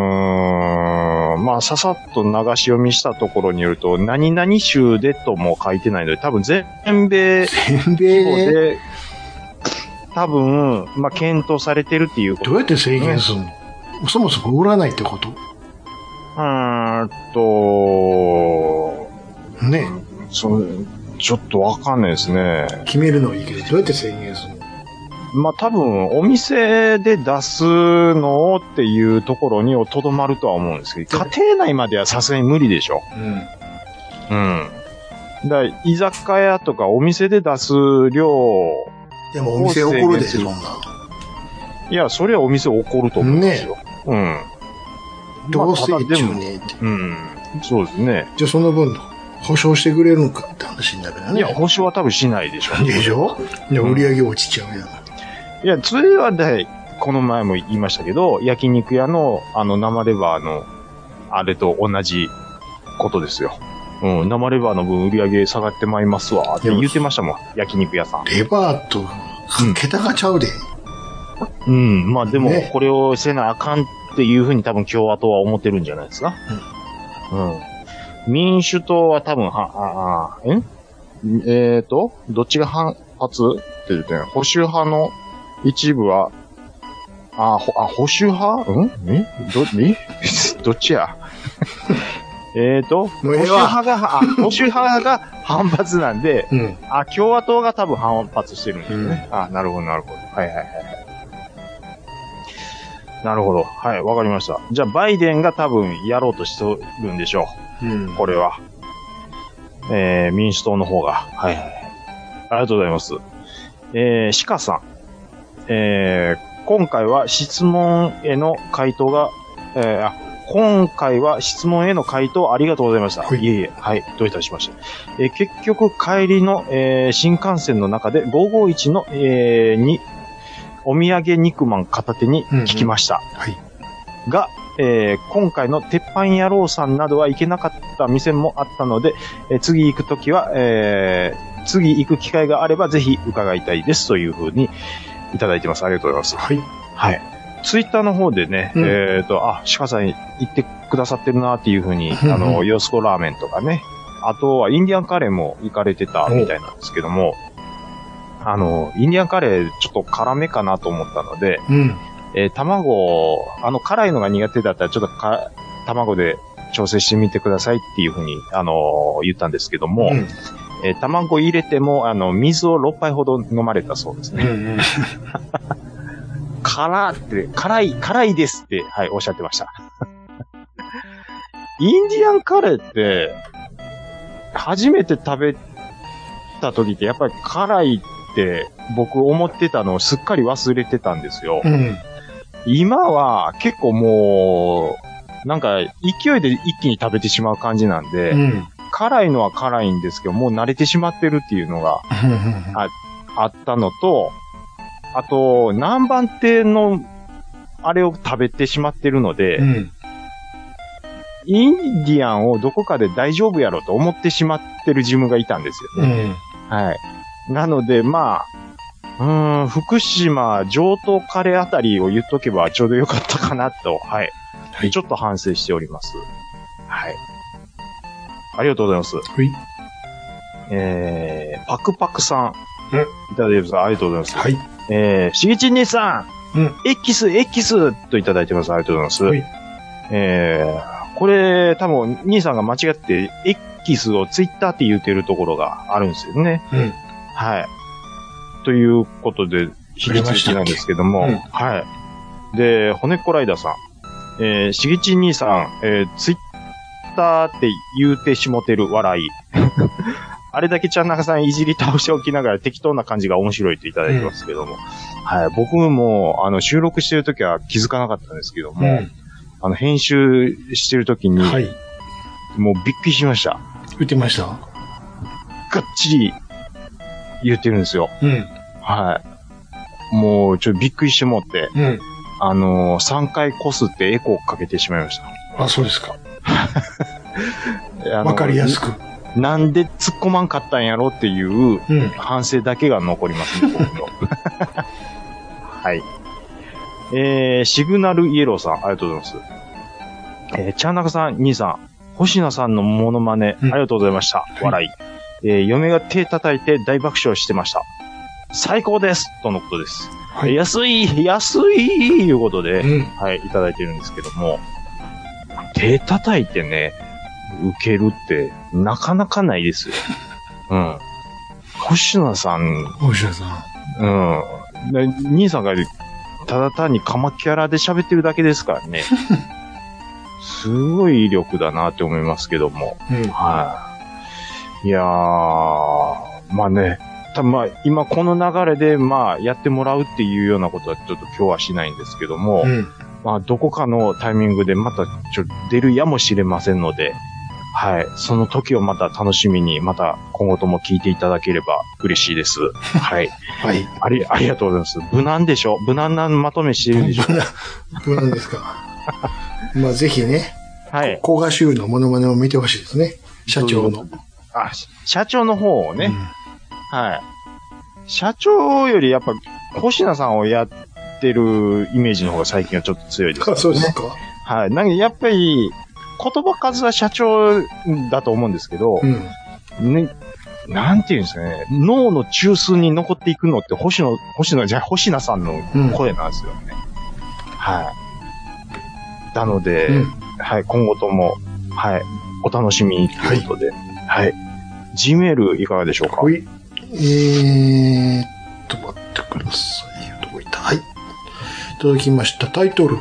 S3: ん、まあ、ささっと流し読みしたところによると、何々州でとも書いてないので、多分全米
S7: 全
S3: 規模
S7: 米で、
S3: で、多分、まあ、検討されてるっていうこと
S7: どうやって制限するのそもそも売らないってこと
S3: うーんと、
S7: ね。
S3: そちょっとわかんないですね。
S7: 決めるのはいいけど、どうやって制限するの
S3: まあ、多分、お店で出すのをっていうところにとどまるとは思うんですけど、家庭内まではさすがに無理でしょ。うん。だから居酒屋とかお店で出す量、
S7: でもお店怒るで、そ
S3: 制
S7: んな
S3: 限
S7: の。
S3: いや、それはお店怒ると思うんですよ。うん。
S7: どうせ
S3: まあ
S7: っちゅう
S3: ただでも
S7: ねんって。
S3: うん。そうですね。
S7: じゃあその分、保証してくれるのかって話になるよ
S3: い
S7: ね。
S3: や、保証は多分しないでしょうね。
S7: でしょで売り上げ落ちちゃうやん。
S3: いや、それはね、この前も言いましたけど、焼肉屋の、あの、生レバーの、あれと同じことですよ。うん、生レバーの分売り上げ下がってまいりますわ、って言ってましたもん、焼肉屋さん。
S7: レバーと、桁がちゃうで。
S3: うん、まあでも
S7: ね、
S3: これをせなあかんっていうふうに多分共和党は思ってるんじゃないですか。うん。民主党は多分、は、ああ、んえーと、どっちが反発って言ってんの保守派の一部は、あ、ほあ保守派んえど、え どっちや えーと、保
S6: もうええ
S3: 守
S6: わ
S3: 派が、あ保守派が反発なんで、
S7: うん。
S3: あ、共和党が多分反発してるんですね。あ、なるほど、なるほど。はいはいはいはい。なるほど。はい、わかりました。じゃあ、バイデンが多分やろうとしてるんでしょ
S7: うん
S3: う。。これは。えー、民主党の方が。はいはいはい。ありがとうございます。えー、鹿さん。えー、今回は質問への回答が、えー、あ、今回は質問への回答ありがとうございました。
S7: はい
S3: い、えいえ、はい、どういたしまして。えー結局、帰りの、えー新幹線の中で551の、えーに、お土産肉まん片手に聞きました。
S7: はい
S3: が、えー今回の鉄板野郎さんなどは行けなかった店もあったので、えー次行くときは、えー次行く機会があればぜひ伺いたいですというふうにいただいてます。ありがとうございます。
S7: はい。
S3: はい。ツイッターの方でね、
S7: うん
S3: えっ、と、あ、鹿さん行ってくださってるなっていうふうに、
S7: うんうん
S3: あの、ヨースコラーメンとかね、あとはインディアンカレーも行かれてたみたいなんですけども、あの、インディアンカレーちょっと辛めかなと思ったので、
S7: うん。
S3: えー卵、あの、辛いのが苦手だったら、ちょっとか、卵で調整してみてくださいっていうふうに、あの言ったんですけども、
S7: うん
S3: えー卵入れても、あの、水を6杯ほど飲まれたそうですね。
S7: うん。
S3: 辛って、辛い、辛いですって、はい、おっしゃってました。インディアンカレーって、初めて食べた時って、やっぱり辛いって、僕思ってたのをすっかり忘れてたんですよ。
S7: うん。
S3: 今は結構もう、なんか勢いで一気に食べてしまう感じなんで、
S7: うん。
S3: 辛いのは辛いんですけど、もう慣れてしまってるっていうのがあったのと、あと、南蛮亭の、あれを食べてしまってるので、
S7: うん。
S3: インディアンをどこかで大丈夫やろと思ってしまってる自分がいたんですよ
S7: う
S3: ね。
S7: ん。
S3: はい。なので、まあ、うーん、福島、上等カレーあたりを言っとけばちょうどよかったかなと、はい。
S7: はい
S3: ちょっと反省しております。はい。ありがとうございます。
S7: い
S3: えー、パクパクさん。
S7: うん
S3: いただいてます。ありがとうございま
S7: は
S3: す。
S7: い。
S3: えー、しげちん兄さん。
S7: うん。
S3: X、X といただいてます。ありがとうございます。
S7: はい
S3: えー、これ、多分、兄さんが間違って、X をツイッターって言うてるところがあるんですよね。
S7: うん。
S3: はい。ということで、
S7: 触
S3: 引
S7: れ
S3: き
S7: ま
S3: 続
S7: したっけ
S3: きなんですけども、
S7: うん
S3: はい。で、骨っこライダーさん、えー、しげち兄さん、えー、ツイッターって言うてしもてる笑い。 あれだけちゃん中さんいじり倒しておきながら適当な感じが面白いといただいてますけども、はい。僕も、あの、収録してるときは気づかなかったんですけども、あの、編集してるときに、
S7: はい。
S3: もうびっくりしました。
S7: 打てました
S3: がっちり言ってるんですよ。
S7: うん。
S3: はい。もう、ちょっとびっくりしてもって、
S7: うん。
S3: あのー、3回こすってエコーかけてしまいまし
S7: あ、そうですか。
S3: た。
S7: わかりやす
S3: く。
S7: く。
S3: なんで突っ込まんかったんやろっていう
S7: うん。
S3: 反省だけが残りますね、僕の はい。えー、シグナルイエローさん、ありがとうございます。えー、チャーナカさん、兄さん、星名さんのモノマネ、あ
S7: う
S3: り
S7: ん
S3: がとうございました。
S7: い
S3: 笑い。えー、嫁が手叩いて大爆笑してました。最高ですとのことです。
S7: はい。
S3: 安い安いいうことで、
S7: うん。
S3: はい、いただいてるんですけども、手叩いてね、受けるって、なかなかないです よ。うん。星野さん、
S7: 大島さん。
S3: うん。で兄さんが、ただ単にカマキャラで喋ってるだけですか らね。すごい威力だなって思いますけども。
S7: うん。
S3: はい。いやー、まあね、たまあ、今この流れで、まあ、やってもらうっていうようなことはちょっと今日はしないんですけども、
S7: うん。
S3: まあ、どこかのタイミングでまたちょ出るやもしれませんので、はい。その時をまた楽しみに、また今後とも聞いていただければ嬉しい です。はい。
S7: はい。
S3: あり、ありがとうございます。無難でしょ無難なまとめしてるでしょ
S7: どうなんです か。まあ、ぜひね、
S3: はい。
S7: 高賀修のモノマネを見てほしいですね。社長の。
S3: あ、し社長の方をね、
S7: うん
S3: はい。社長よりやっぱ、星名さんをやってるイメージの方が最近はちょっと強いです、
S7: あそうですか。
S3: はい。なんかやっぱり、言葉数は社長だと思うんですけど
S7: う、ん。
S3: ね、なんていうんですかね、脳の中枢に残っていくのって星野、星野、じゃあ星名さんの声なんですよね。はい。なので、
S7: うん
S3: はい、今後とも、はい、お楽しみということで、はい。Gmail いかがでしょうか
S7: ほい。えーっと、待ってください。どこいたはい。いただきました。タイトル。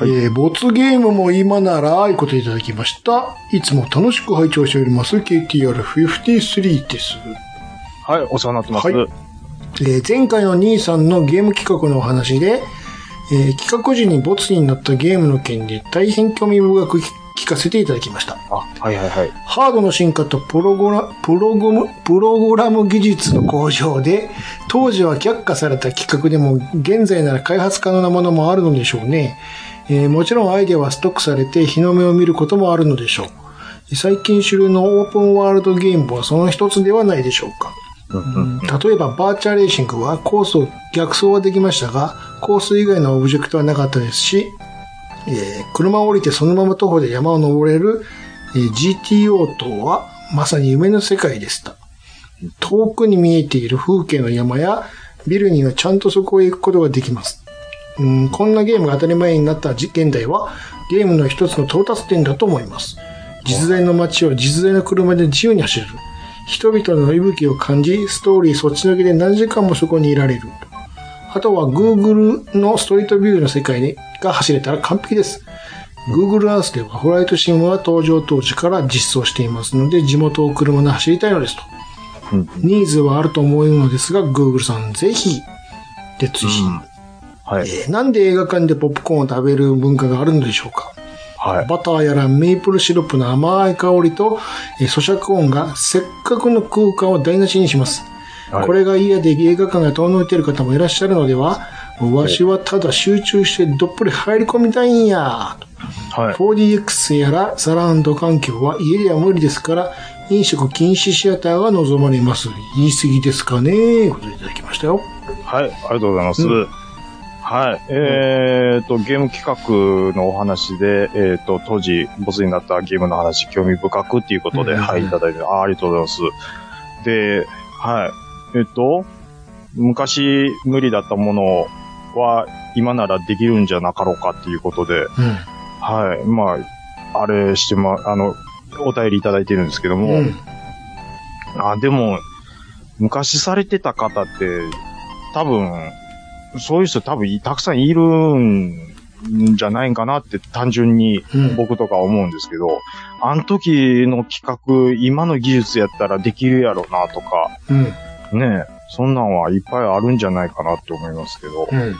S7: えー、没ゲームも今なら、あいこといただきました。いつも楽しく拝聴しております。KTR53 です。
S3: はい、お世話になってます。
S7: はえー前回の兄さんのゲーム企画のお話で、えー企画時にボツになったゲームの件で大変興味深く聞かせていただきました。
S3: あ、はいはいはい。
S7: ハードの進化とプログラプログラムプログラム技術の向上で、当時は却下された企画でも、現在なら開発可能なものもあるのでしょうね。えーもちろんアイデアはストックされて日の目を見ることもあるのでしょう。最近主流のオープンワールドゲームはその一つではないでしょうか。例えばバーチャーレーシングはコースを逆走はできましたが、コース以外のオブジェクトはなかったですし、えー車を降りてそのまま徒歩で山を登れる、えー GTO 等はまさに夢の世界でした。遠くに見えている風景の山やビルにはちゃんとそこへ行くことができます。うんこんなゲームが当たり前になったじ現代はゲームの一つの到達点だと思います。実在の街を実在の車で自由に走れる。人々の息吹を感じ、ストーリーそっちのけで何時間もそこにいられる。あとは Google のストリートビューの世界にが走れたら完璧です。Google Earth ではフライトシムは登場当時から実装していますので、地元を車で走りたいのですと。ニーズはあると思うのですが、Google さんぜひ、で、追伸
S3: はい。
S7: えーなんで映画館でポップコーンを食べる文化があるのでしょうか
S3: はい。
S7: バターやらメープルシロップの甘い香りと、えー咀嚼音がせっかくの空間を台無しにします。
S3: はい
S7: これが嫌で映画館が遠のいている方もいらっしゃるのではわしはただ集中してどっぷり入り込みたいんや。
S3: はい。
S7: 4DX やらサラウンド環境は家では無理ですから、飲食禁止シアターが望まれます。言い過ぎですかねということでいただきましたよ。
S3: はい、ありがとうございます。
S7: う
S3: はい、えーと、ゲーム企画のお話で、えーと、当時、ボスになったゲームの話、興味深くっていうことで、
S7: うんうんうん
S3: はい、いただいて、あーありがとうございます。で、はい、えっ、と、昔無理だったものは、今ならできるんじゃなかろうかっていうことで、はい、まあ、あれしてま、あの、お便りいただいてるんですけど
S7: う
S3: も、
S7: ん。うん。
S3: あ、でも、昔されてた方って、多分、そういう人多分いたくさんいるんじゃないかなって単純に
S7: うん
S3: 僕とか思うんですけど、あの時の企画、今の技術やったらできるやろなとか、
S7: うん。
S3: ねえ、そんなんはいっぱいあるんじゃないかなって思いますけど、
S7: うん。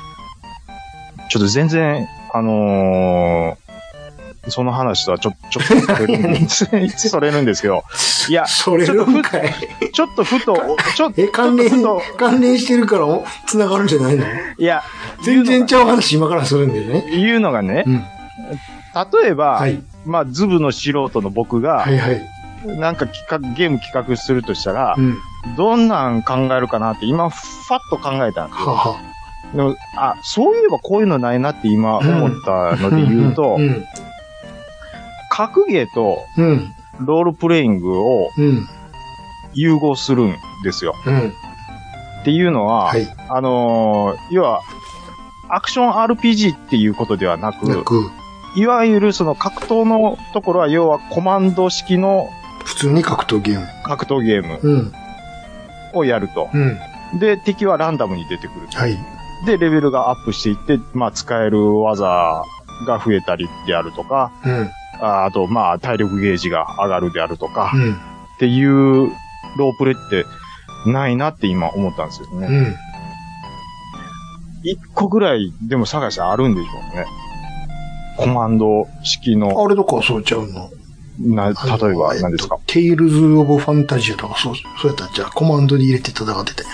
S3: ちょっと全然、あのーその話とはちょ、ちょっとそれる んです、それるんですけど、いや、
S7: それるんかい。
S3: ちょっとふと、ちょっと、
S7: え、関連
S3: ちょっと、
S7: 関連してるからお繋がるんじゃないの
S3: いや、
S7: 全然ちゃう話今からするんだよね。
S3: 言うのがね、
S7: うん。
S3: 例えば、
S7: はい。
S3: まあ、ズブの素人の僕が、
S7: はいはい。
S3: なんか企画、ゲーム企画するとしたら
S7: う、ん。
S3: どんなん考えるかなって今、ふわっと考えたんで
S7: は
S3: すよ。
S7: は。
S3: でも、あ、そういえばこういうのないなって今思ったので言うと、
S7: うん。
S3: 格ゲーと
S7: うん。
S3: ロールプレイングを
S7: うん。
S3: 融合するんですよ。
S7: うん。
S3: っていうのは、
S7: はい。
S3: あのー要は、アクション RPG っていうことではなく、
S7: なく、
S3: いわゆるその格闘のところは、要はコマンド式の
S7: 普通に格闘ゲーム。
S3: 格闘ゲーム
S7: うん。
S3: をやると。
S7: うん。
S3: で、敵はランダムに出てくる。
S7: はい。
S3: で、レベルがアップしていって、まあ、使える技が増えたりであるとか、
S7: うん。
S3: ああと、まあ、体力ゲージが上がるであるとか、
S7: うん。
S3: っていうロープレってないなって今思ったんですよ
S7: う
S3: ね。
S7: ん。
S3: 一、個ぐらい、でも探してあるんでしょうね。コマンド式の、
S7: あれとかはそうちゃうの
S3: な、例
S7: あの
S3: えば何ですか
S7: えっとテイルズ・オブ・ファンタジアとかそう、そうやったらじゃあコマンドに入れて戦ってたや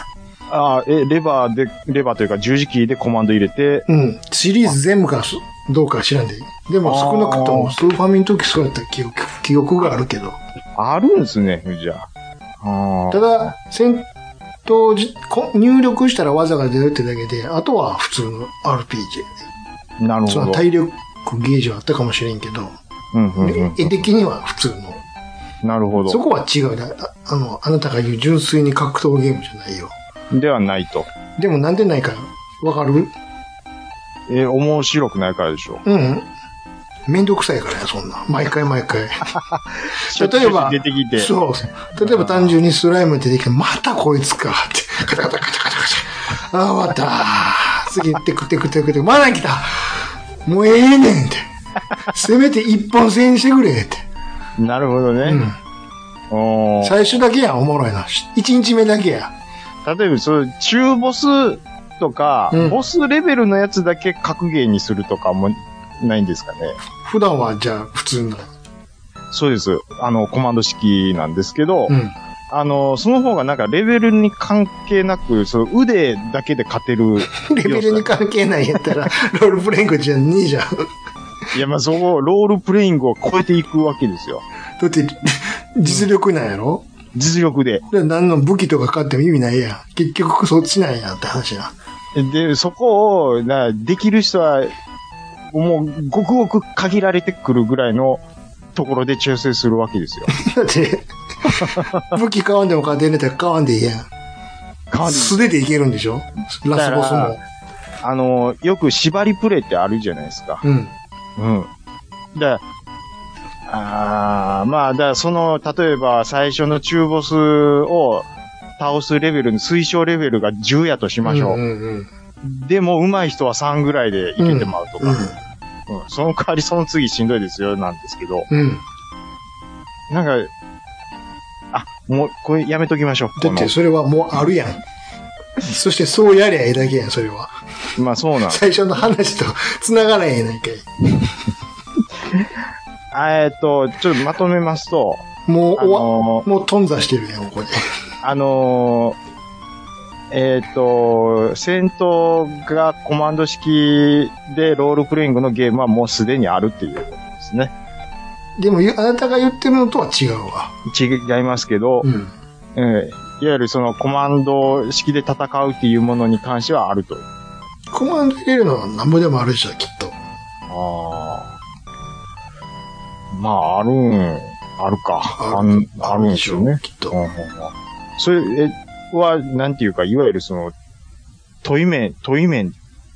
S3: ああ、え、レバーで、レバーというか十字キーでコマンド入れて、
S7: ん。うん。シリーズ全部かすどうかは知らんでいい。でも少なくともスーファミの時そうやった記憶記憶があるけど。
S3: あるんですね、じゃあ。ああ
S7: ただ、戦闘じ、こ入力したら技が出るってだけで、あとは普通の RPG。
S3: なる
S7: そ
S3: ほ
S7: の
S3: ど。
S7: 体力ゲージはあったかもしれんけど、
S3: うんうんうん
S7: 絵的には普通の。
S3: なるほ
S7: そ
S3: ど。
S7: こは違うねああの、あなたが言う純粋に格闘ゲームじゃないよ。
S3: ではないと。
S7: でもなんでないかわかる
S3: えー面白くないからでしょ。
S7: うん。めんどくさいからや、そんな。毎回毎回。例えば、
S3: 出てきて。う。
S7: そう。例えば単純にスライム出てきて、またこいつかって。カタカタカタカタカタ。ああ、終わった。次、テクテクテクテク。まだ来た。もうええねんって。せめて一本線にしてくれって。
S3: なるほどね。おー
S7: 最初だけや、おもろいな。一日目だけや。
S3: 例えば、そういう中ボスとか、
S7: うん
S3: ボスレベルのやつだけ格ゲーにするとかもないんですかね。
S7: 普段はじゃあ普通の。
S3: そうです。あの、コマンド式なんですけど、
S7: うん。
S3: あの、その方がなんかレベルに関係なく、その腕だけで勝てる。
S7: レベルに関係ないや ったら、ロールプレイングじゃねえじゃん。
S3: いや、まあ、そこ、ロールプレイングを超えていくわけですよ。
S7: だって、実力なんやろ
S3: 実力で。
S7: で何の武器とか買っても意味ないやん。結局そっちなんやって話や。
S3: で、そこを、なできる人は、もう、ごくごく限られてくるぐらいのところで調整するわけですよ。
S7: だって、武器買わんでも買ってんねえったら買わんでいいやん。
S3: 代わりに
S7: 素手でいけるんでしょラスボスも。
S3: あの、よく縛りプレイってあるじゃないですか。
S7: うん。
S3: うん。だああーまあ、だからその、例えば最初の中ボスを倒すレベルの推奨レベルが10やとしましょう。
S7: うんうんうん。
S3: でも、上手い人は3ぐらいでいけてまうとか、うんその代わりその次しんどいですよ、なんですけど。
S7: うん。うん。
S3: なんか、あ、もう、これやめときましょう。
S7: だってそれはもうあるやん。そしてそうやりゃええだけやん、それは。
S3: このまあそうなん。
S7: 最初の話と繋がらへんやないかい。
S3: えーっと、ちょっとまとめますと、
S7: もう
S3: あ
S7: 終わ、
S3: のー
S7: もう頓挫してるやん、ここで。
S3: あのーえっ、と、戦闘がコマンド式でロールプレイングのゲームはもうすでにあるっていうことですね。
S7: でも、ゆあなたが言ってるのとは違うわ。
S3: 違いますけど、
S7: うん。
S3: えーいわゆるそのコマンド式で戦うっていうものに関してはあると。
S7: コマンド入れるのは何ぼでもあるでしょ、きっと。
S3: あーまあ、あるん、あるか。あんあるんでしょうね。
S7: きっ
S3: うんう
S7: と
S3: んう。んそれは、なんていうか、いわゆるその、問い面、問い面っ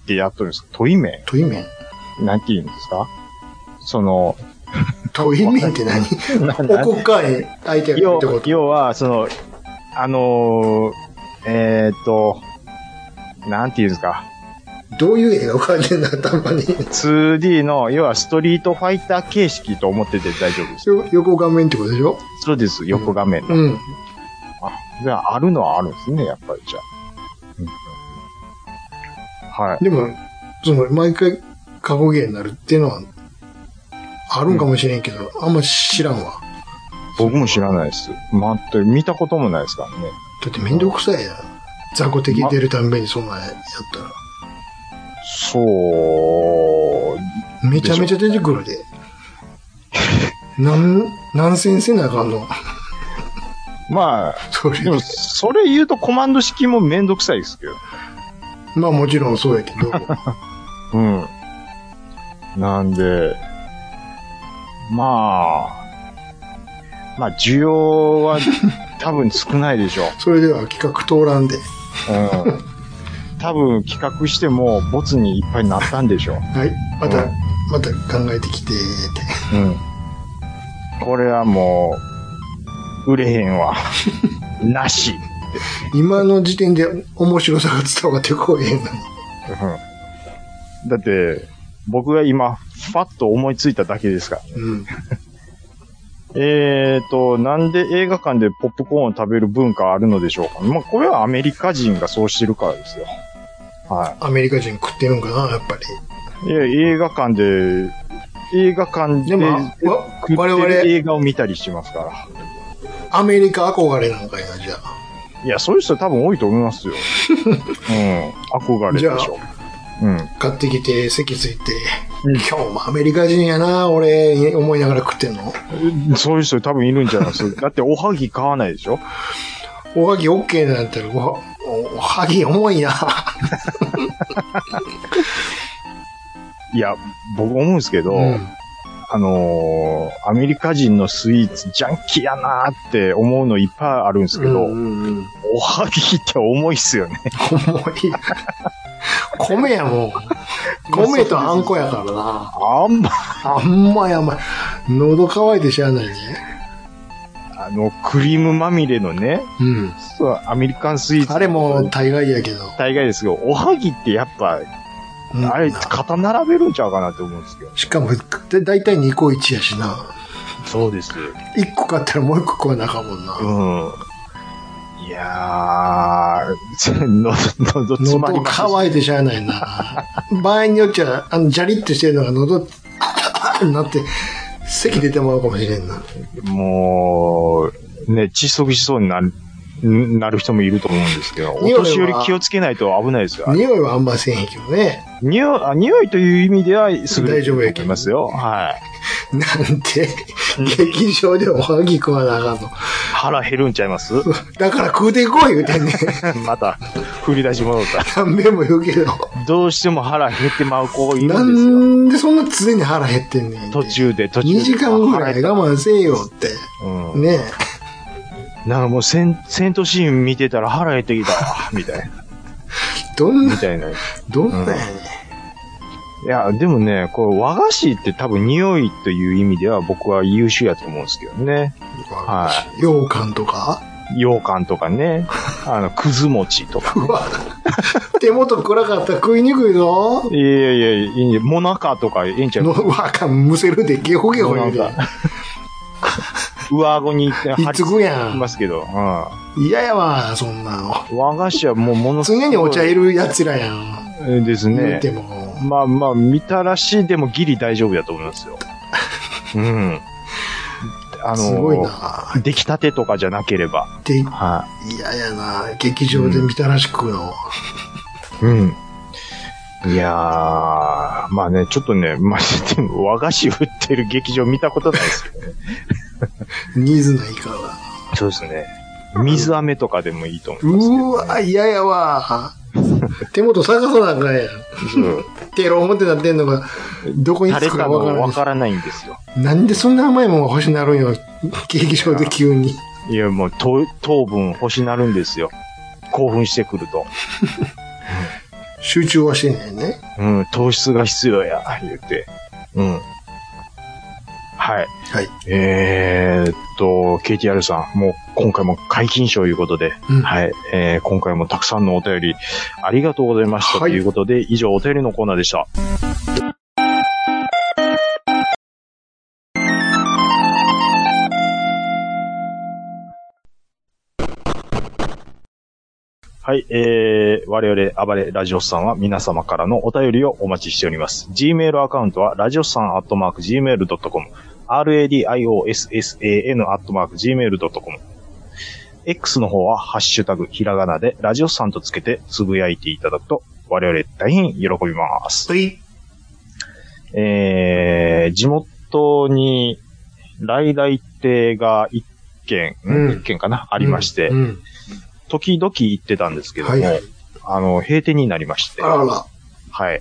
S3: てやっとるんですか問い面
S7: トイメン。
S3: なんて言うんですかその、
S7: トイメンって何 おこっかい相手がいる
S3: 要
S7: ってこと。
S3: 要は、その、あのーえーっと、なんて言うんですか
S7: どういう絵が浮かんでんだ、頭に。
S3: 2D の、要はストリートファイター形式と思ってて大丈夫です。
S7: よ横画面ってことでしょ
S3: そうです、横画面の。
S7: うん。
S3: あ、じゃあ、あるのはあるんですね、やっぱりじゃあ。うんはい。
S7: でも、その、毎回、過去芸になるっていうのは、あるんかもしれんけど、あんま知らんわ。
S3: 僕も知らないです。全く見たこともないですからね。
S7: だってめんどくさいやん。雑魚敵出るたんびにそんなんやったら。
S3: そう、
S7: めちゃめちゃ出てくるで。なん、何千せなあかんの。
S3: まあ、
S7: それ
S3: で。も、それ言うとコマンド式もめんどくさいですけど。
S7: まあもちろんそうやけど。
S3: うん。なんで、まあ、まあ、需要は 多分少ないでしょ
S7: それでは企画通らんで。
S3: う。うん。多分企画しても、ボツにいっぱいになったんでしょ
S7: はい。また、
S3: うん
S7: また考えてきて、って。
S3: う。うん。これはもう、売れへんわ。 なし。
S7: 今の時点で面白さが伝わってこえへんのに。
S3: うん。だって、僕が今、ファッと思いついただけですから。
S7: うん。
S3: えーと、なんで映画館でポップコーンを食べる文化あるのでしょうかまあ、これはアメリカ人がそうしてるからですよ。は
S7: アメリカ人食ってるんかな、やっぱり。
S3: い。いや、映画館で、映画館
S7: で
S3: で
S7: も、わ
S3: 食
S7: 我
S3: って
S7: 々、
S3: る映画を見たりしますから。
S7: アメリカ憧れなんかいな、じゃあ。
S3: いや、そういう人多分多いと思 いますよ。うん。憧れでし
S7: じゃ
S3: ょ。うん。
S7: 買ってきて、席ついて、
S3: うん
S7: 今日もアメリカ人やな、俺、思いながら食ってんの。
S3: そういう人多分いるんじゃないです か。だっておはぎ買わないでしょ
S7: おはぎ OK なんて、おはおおはぎ重いな。
S3: いや、僕思うんですけど、
S7: うん。
S3: あのーアメリカ人のスイーツ、ジャンキーやなーって思うのいっぱいあるんですけ
S7: うん
S3: ど、
S7: うんうん
S3: おはぎって重いっすよね。
S7: 重い。 米やもん。米とあんこやからな。
S3: あんま、
S7: あんまやまい。喉乾いてしゃあないね。
S3: あの、クリームまみれのね、
S7: うん。
S3: そうアメリカンスイーツ。
S7: あれも、大概やけど。
S3: 大概ですけど、おはぎってやっぱ、
S7: うん
S3: あれ、肩並べるんちゃうかなって思うんですけど。
S7: しかも、だ大体2個1やしな。
S3: そうです。
S7: 1個買ったらもう1個食わなあかんもんな。
S3: うん。いやー、 のど、のど詰まり
S7: 喉
S3: ますね
S7: 乾いてしゃあないな。場合によっちゃ、あの、ジャリッとしてるのが喉、なって、咳出てもらうかもしれんな。
S3: もう、ね、窒息しそうになる、んなる人もいると思うんですけど、お
S7: 匂いは
S3: 年寄り気をつけないと危ないですよ。
S7: 匂いはあんませんけどね。
S3: 匂い、あ匂いという意味では、すぐ
S7: 大丈夫やけど
S3: いますよ。はい。
S7: なんて、劇場でおはぎ食わなあかんの。
S3: 腹減るんちゃいます
S7: だから食うていこう言うてんねん。
S3: また、振り出し戻った。
S7: 何遍も言うけど。
S3: どうしても腹減ってまう子い
S7: な
S3: るんですよ。
S7: んでそんな常に腹減ってんねん。
S3: 途中で、途中で。
S7: 2時間ぐらい我慢せえよって。
S3: うん。
S7: ね
S3: なんかもう、セン、セントシーン見てたら腹減ってきた わ、みたいな。
S7: え。どんな
S3: み、たいな。い
S7: どんなやねん。
S3: や、でもね、こう、和菓子って多分匂いという意味では僕は優秀やと思うんですけどね。は
S7: 羊羹とか
S3: 羊羹とか ね、あの、くず餅とか。
S7: うわ。手元暗かったら食いにくいぞ。
S3: いやいやいやいいね、モナカとかええんちゃ
S7: の
S3: う
S7: わかん、むせるで、ゲホゲホ言うで
S3: もう。な上顎に貼
S7: ひっつくや
S3: い
S7: ん
S3: ま。すけど、うん。和
S7: 嫌やわ、そんなの。
S3: 菓子はもうものすごい。
S7: 常にお茶いる奴らやん。
S3: です
S7: 言
S3: ね
S7: う。ても。
S3: まあまあ、見たらしいでもギリ大丈夫だと思いま すよ。うん。あ
S7: すごい
S3: の、
S7: な。
S3: 出来たてとかじゃなければ。
S7: で、
S3: は
S7: 嫌やな。劇場で見たらしくの。
S3: い。うん。いやー、まあね、ちょっとね、 まあ、でも和菓子売ってる劇場見たことな いですけどね。
S7: ニーズないから。
S3: そうですね。水飴とかでもいいと思いますけど、ね。
S7: うわ、嫌やわ。手元探さなあかんやん。
S3: そう
S7: テロ表なってんのが、どこに
S3: 垂
S7: つ
S3: れ
S7: く
S3: た
S7: か
S3: の
S7: わからん
S3: わ
S7: し
S3: からないんですよ。
S7: なんでそんな甘いもんが欲しになるんよ。劇場で急に。
S3: いや、もう糖糖分欲しなるんですよ。興奮してくると。
S7: 集中はしてないね。
S3: うん、糖質が必要や、言って。うん。はい。
S7: はい。
S3: えー、っと、KTR さん、もう今回も解禁賞ということで、
S7: うん
S3: はい。えー、今回もたくさんのお便りありがとうございました。
S7: はい
S3: ということで、以上お便りのコーナーでした。はい、えー、我々、暴れラジオスさんは皆様からのお便りをお待ちしております。Gmail アカウントは、ラジオスさんアットマーク Gmail.com、radiossan アットマーク Gmail.com、X の方は、ハッシュタグ、ひらがなで、ラジオスさんとつけて、つぶやいていただくと、我々大変喜びます。
S7: はい。
S3: えー、地元に、来来亭が一軒、
S7: うん
S3: 一軒かな、ありまして、
S7: うん。
S3: 時々行ってたんですけども、
S7: はいはい
S3: あの、閉店になりまして、
S7: あらあら、
S3: はい。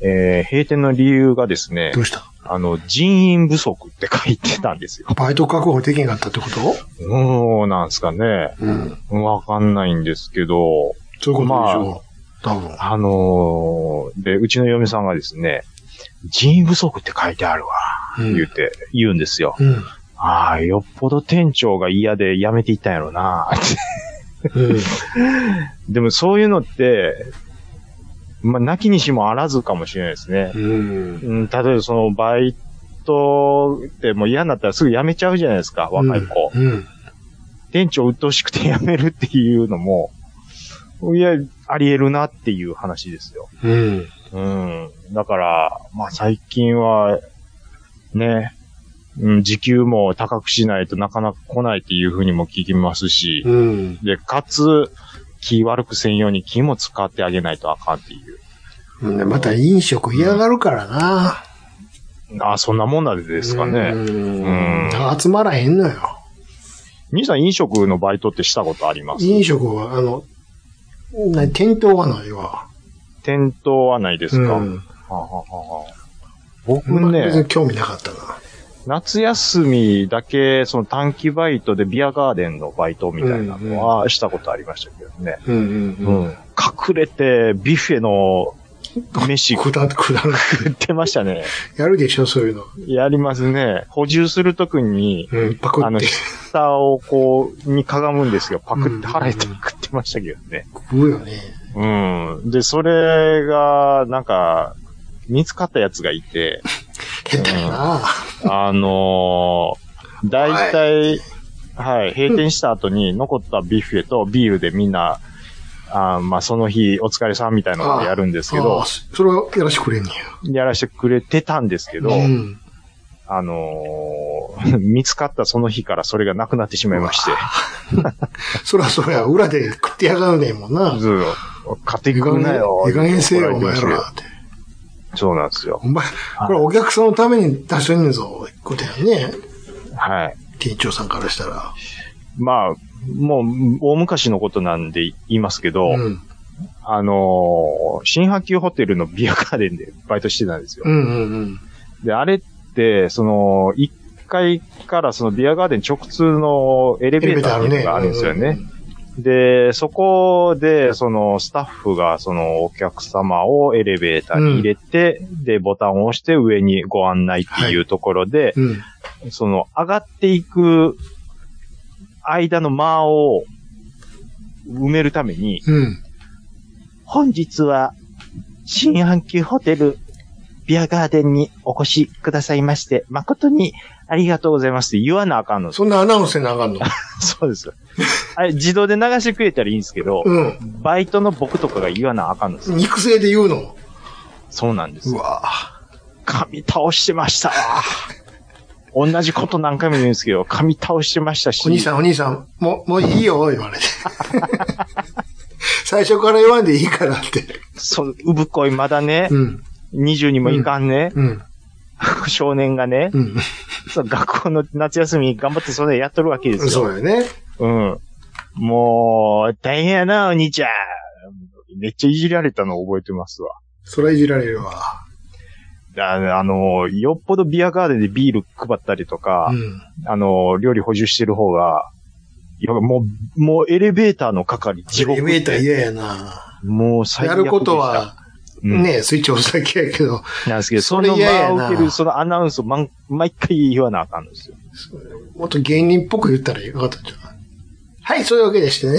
S3: えー、閉店の理由がですね
S7: ど、うした
S3: あの、人員不足って書いてたんですよ。
S7: バイト確保できんかったってこと
S3: そうなんですかね。
S7: うん。
S3: わかんないんですけど、
S7: そういうことでしょう。多分。
S3: あのーで、うちの嫁さんがですね、人員不足って書いてあるわ、
S7: うん
S3: 言うて、言うんですよ。
S7: うん。
S3: ああ、よっぽど店長が嫌で辞めていったんやろな、って
S7: うん。
S3: でもそういうのって、まあ、なきにしもあらずかもしれないですね。
S7: うん。
S3: うん、例えばそのバイトってもう嫌になったらすぐ辞めちゃうじゃないですか、若い子。
S7: うん。
S3: 店長鬱陶しくて辞めるっていうのも、いや、あり得るなっていう話ですよ。
S7: うん。
S3: うん。だから、まあ最近は、ね、うん、時給も高くしないとなかなか来ないっていうふうにも聞きますし、
S7: うん。
S3: で、かつ、気悪くせんように気も使ってあげないとあかんっていう。
S7: うん。また飲食嫌がるからな。
S3: ああ、そんなもんなんで
S7: です
S3: かね。
S7: うん
S3: うん。
S7: 集まらへんのよ。
S3: 兄さん飲食のバイトってしたことあります
S7: 飲食は、あの、な店頭はないわ。
S3: 店頭はないですか、
S7: うん
S3: はあはあはあは僕
S7: まあ別
S3: ね
S7: に、興味なかったな。
S3: 夏休みだけ、その短期バイトでビアガーデンのバイトみたいなのはしたことありましたけどね。
S7: うんうんうん。
S3: 隠れてビュッフェの 飯
S7: く
S3: 食
S7: だ、くだらない。
S3: ってましたね。
S7: やるでしょ、そういうの。
S3: やりますね。補充するときに、
S7: うん、パク
S3: あ
S7: っ
S3: の、
S7: て。
S3: 下をこう、にかがむんですよ。パクって腹痛
S7: うん
S3: く食ってましたけどね。
S7: 食うよね。
S3: うん。で、それが、なんか、見つかったやつがいて、
S7: 下手やな。
S3: あのー、大体、はい、閉店した後に残ったビュッフェとビールでみんな、あーまあ、その日お疲れさんみたいなのをやるんですけ
S7: あ
S3: ど
S7: あ、そそれはやらしてくれんね
S3: やらせてくれてたんですけど、
S7: や。うん。
S3: あのー 見つかったその日からそれがなくなってしまいまして、
S7: そらそら、裏で食ってやがるねんもんな。
S3: ずー買ってくんなよ。
S7: ええ加減せえよ、お
S3: 怒られ
S7: 前
S3: てました
S7: ら
S3: よ。
S7: って。
S3: そうなんですよ。
S7: お前、これお客さんのために出してんねんぞ、ことやね。
S3: はい。
S7: 店長さんからしたら。
S3: まあ、もう、大昔のことなんで言いますけど、
S7: うん。
S3: あのー新波球ホテルのビアガーデンでバイトしてたんですよ
S7: う。んうんうん。
S3: で、あれって、その、1階からそのビアガーデン直通のエレベーターっていうのがあるんですよね。で、そこで、その、スタッフが、その、お客様をエレベーターに入れて、で、ボタンを押して上にご案内っていうところで、
S7: うん。
S3: その、上がっていく間の間を埋めるために、
S7: うん。
S3: 本日は、新阪急ホテル、ビアガーデンにお越しくださいまして、誠にありがとうございますって言わなあかんの。そ
S7: そんなアナウンスせなあ かんの。
S3: うです。あれ、自動で流してくれたらいいんですけど、
S7: うん。
S3: バイトの僕とかが言わなあかんのです。
S7: 肉声で言うの。
S3: そうなんで
S7: う
S3: す。
S7: わ
S3: 髪倒してました。同じこと何回も言うんですけど、髪倒してましたし。
S7: お兄さん、お兄さん、もう、もういいよ、言われて。最初から言わんでいいからって。
S3: そう、産声まだね、
S7: うん。
S3: 20にもいかんね、
S7: うん。
S3: 少年がね、
S7: うん。
S3: そう学校の夏休み頑張ってそれやっとるわけですよ。
S7: そうよね。
S3: うん。もう、大変やな、お兄ちゃん。めっちゃいじられたの覚えてますわ。
S7: そらいじられるわ。
S3: だあの、よっぽどビアガーデンでビール配ったりとか、
S7: うん。
S3: あの、料理補充してる方が、いやもう、もうエレベーターの係、地獄
S7: エ
S3: って。
S7: メーター嫌やな。
S3: もう最
S7: や
S3: 悪でした
S7: ること、は、
S3: うん
S7: ね、スイッチ押すだけやけど、
S3: なんですけど、
S7: そ
S3: そ
S7: れ
S3: の
S7: 嫌や
S3: 場
S7: な
S3: を受ける、そのアナウンスをまん毎回言わなあかんんですよ。
S7: もっと芸人っぽく言ったらよかったんじゃないはい、そういうわけでしてね。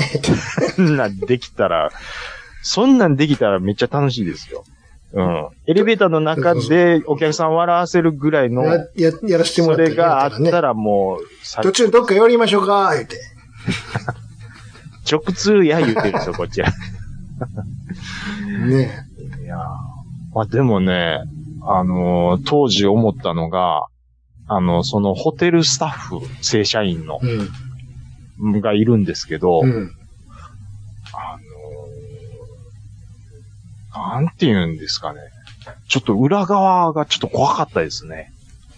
S3: そんなんできたら、そんなんできたらめっちゃ楽しいですよ。うん。エレベーターの中でお客さん笑わせるぐらいの、
S7: や、や、やらせても
S3: そ
S7: らっ
S3: れ
S7: たら
S3: があ
S7: や
S3: っ
S7: ね
S3: たらもう、さ
S7: 途中どっか寄りましょうか、言って。
S3: 直通や言うてるんですよ、こっちは。
S7: ね
S3: いやーまあでもね、あのー当時思ったのが、あの、そのホテルスタッフ、正社員の、
S7: うん。
S3: がいるんですけど、
S7: うん。
S3: あのーなんて言うんですかね。ちょっと裏側がちょっと怖かったですね。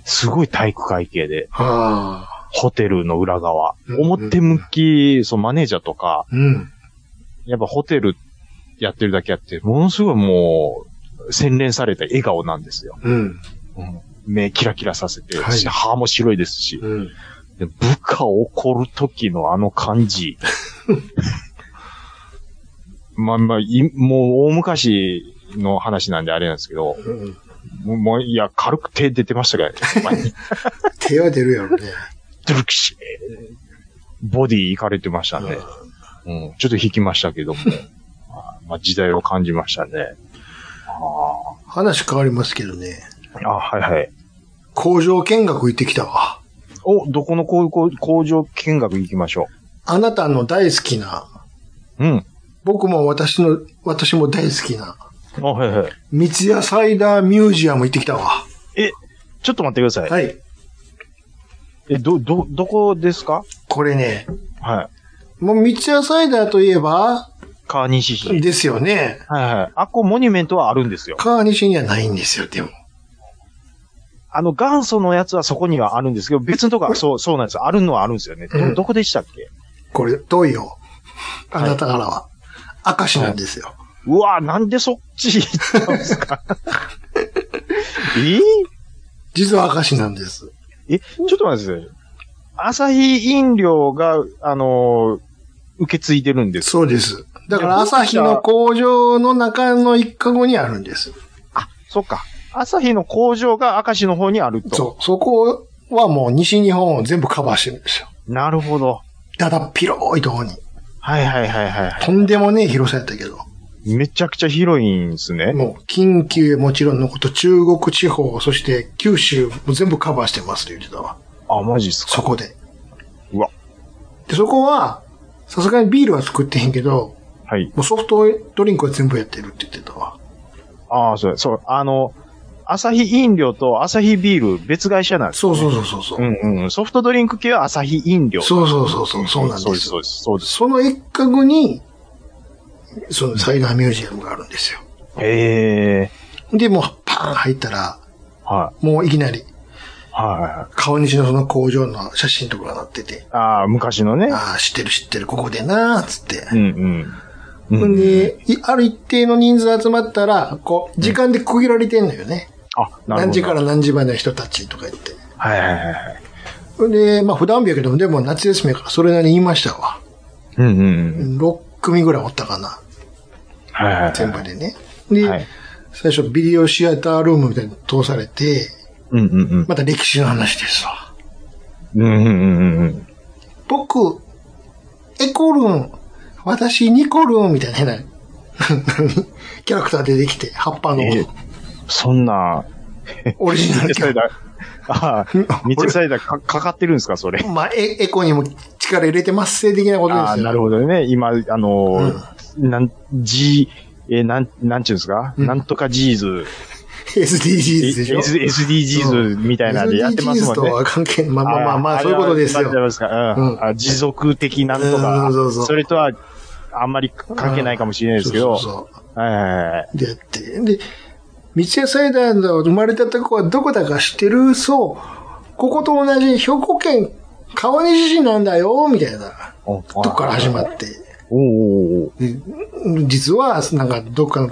S3: すごい体育会系で、
S7: ああ。
S3: ホテルの裏側。
S7: うん
S3: 表向き、そう、マネージャーとか、
S7: うん。
S3: やっぱホテルやってるだけあって、ものすごいもう、洗練された笑顔なんですよ。
S7: うん。
S3: 目キラキラさせて、
S7: はい
S3: 歯も白いですし、
S7: うん。
S3: で部下を怒る時のあの感じ。 まあまあ、いもう大昔の話なんであれなんですけど、
S7: うん。
S3: もう、もういや、軽く手出てましたからね。前に
S7: 手は出るやろね。
S3: ドゥルキシーボディいかれてましたね。うん、ちょっと引きましたけ ども。あまあ、時代を感じましたね。
S7: 話変わりますけどね。
S3: あ、はいはい。
S7: 工場見学行ってきたわ。
S3: お、どこの工工工場見学行きましょ
S7: あなたの大好きな、
S3: う。うん。
S7: 僕も私の、私も大好きな、
S3: あ、はいはい。
S7: 三ツ矢サイダーミュージアム行ってきたわ。
S3: ちょっと待ってください。
S7: はい。
S3: え、ど、ど、どこですか
S7: これね、
S3: はい。
S7: もう三ツ矢サイダーといえば、
S3: 川西市。はい
S7: ですよね。
S3: はい。あっこモニュメントはあるんですよ。
S7: 川西にはないんですよ、でも。
S3: あの、元祖のやつはそこにはあるんですけど、別のとこは、そう、そうなんです。あるのはあるんですよね。
S7: うん
S3: ど、どこでしたっけ
S7: これ、遠いよ。あなたからは。明石なんですよ。
S3: うわなんでそっち行ったんですかえ
S7: 実は証なんです。
S3: え、ちょっと待ってください。朝日飲料が、あのー受け継いでるんです。
S7: そうです。だから朝日の工場の中の一角にあるんです。
S3: あ、そっか。朝日の工場が明石の方にあると。
S7: そう。そこはもう西日本を全部カバーしてるんですよ。
S3: なるほど。
S7: だだっ広いとこに。
S3: はいはいはいはいは
S7: とんでもねえ広さやったけど。
S3: い。めちゃくちゃ広いんですね。
S7: もう、近畿もちろんのこと、中国地方、そして九州も全部カバーしてますって言ってたわ。
S3: あ、マジっすか。
S7: そこで。
S3: うわ。
S7: で、そこは、さすがにビールは作ってへんけど、
S3: はい。
S7: もうソフトドリンクは全部やってるって言ってたわ。
S3: ああ、そうだ、そう。あの、朝日飲料と朝日ビール別会社なんです。
S7: そうそうそうそうそう。
S3: うんうん。ソフトドリンク系は朝日飲料。
S7: そうそうそうそう、そうなん
S3: そう
S7: で
S3: です、
S7: す。
S3: そうです。そうです。
S7: その一角に、そのサイダーミュージアムがあるんですよ。
S3: ええ
S7: で、もうパーン入ったら、
S3: は
S7: もういきなり、
S3: い。は
S7: 川西のその工場の写真とかが載ってて、
S3: い。ああ、昔のね。
S7: ああ、知ってる知ってる、ここでなーっつって。
S3: うんうん。
S7: ほ
S3: うん
S7: ん、で、いある一定の人数集まったら、こう、時間で区切られてんのよね。
S3: あ、なるほど。
S7: 何時から何時までの人たちとか言って。
S3: はいはいはいはい。
S7: ほんで、まあ普段日やけど、でも夏休みやからそれなりに言いましたわ。
S3: うんうんうん。
S7: 6組ぐらいおったかな、
S3: はいはいはい。
S7: 全部でね。で、
S3: はい。
S7: 最初ビデオシアタールームみたいに通されて、
S3: うんうんうん。
S7: また歴史の話ですわ。
S3: うんうんうんうん。
S7: 僕、エコルン、私ニコルンみたいな変な、 キャラクター出てきて、葉っぱの
S3: えそんな、
S7: オリジ ナルキャラ
S3: サイダー、ああ、三ツサイダーかかかってるんですか、それ。
S7: まあ、エエコにも力入れてます性的なことですよ。
S3: ああ、なるほどね。今、あのー、なん、G、えー、なん、なんちゅうんですか、
S7: うん
S3: なんとか G ーズ、
S7: SDGs でしょ
S3: S- SDGs みたいなんでやってますもん
S7: SDGs と
S3: ね。
S7: は関係、まあまあまあまあ、
S3: れ
S7: そういうことです
S3: あれ
S7: よ。
S3: はうん
S7: うん
S3: あ持続的なんと
S7: う
S3: か
S7: んそうそう、
S3: それとは、あんまり関係ないかもしれないですけど、
S7: そうそうそ。
S3: はいはいはいう
S7: でやって。で、三ツ矢サイダーの生まれたとこはどこだか知ってるそう。ここと同じ兵庫県川西市なんだよ、みたいな
S3: お
S7: とこから始ま
S3: る。
S7: って。
S3: おーおーおー
S7: で実は、なんか、どっかの、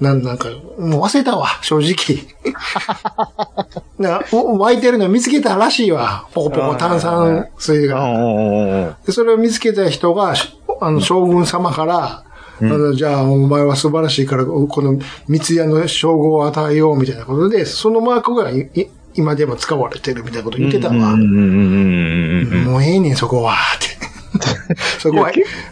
S7: なんなんか、もう忘れたわ、正直。なお湧いてるの見つけたらしいわ。ポコポコ炭酸水
S3: うん
S7: が。
S3: うんうんうん
S7: でそれを見つけた人が、しあの、将軍様から、
S3: ん
S7: あのじゃあ、お前は素晴らしいから、この三ツ矢の称号を与えよう、みたいなことで、そのマークがいい今でも使われてるみたいなこと言ってたわ。
S3: うんうんうんうんうんうん
S7: もうええねん、そこは、 って。そこは、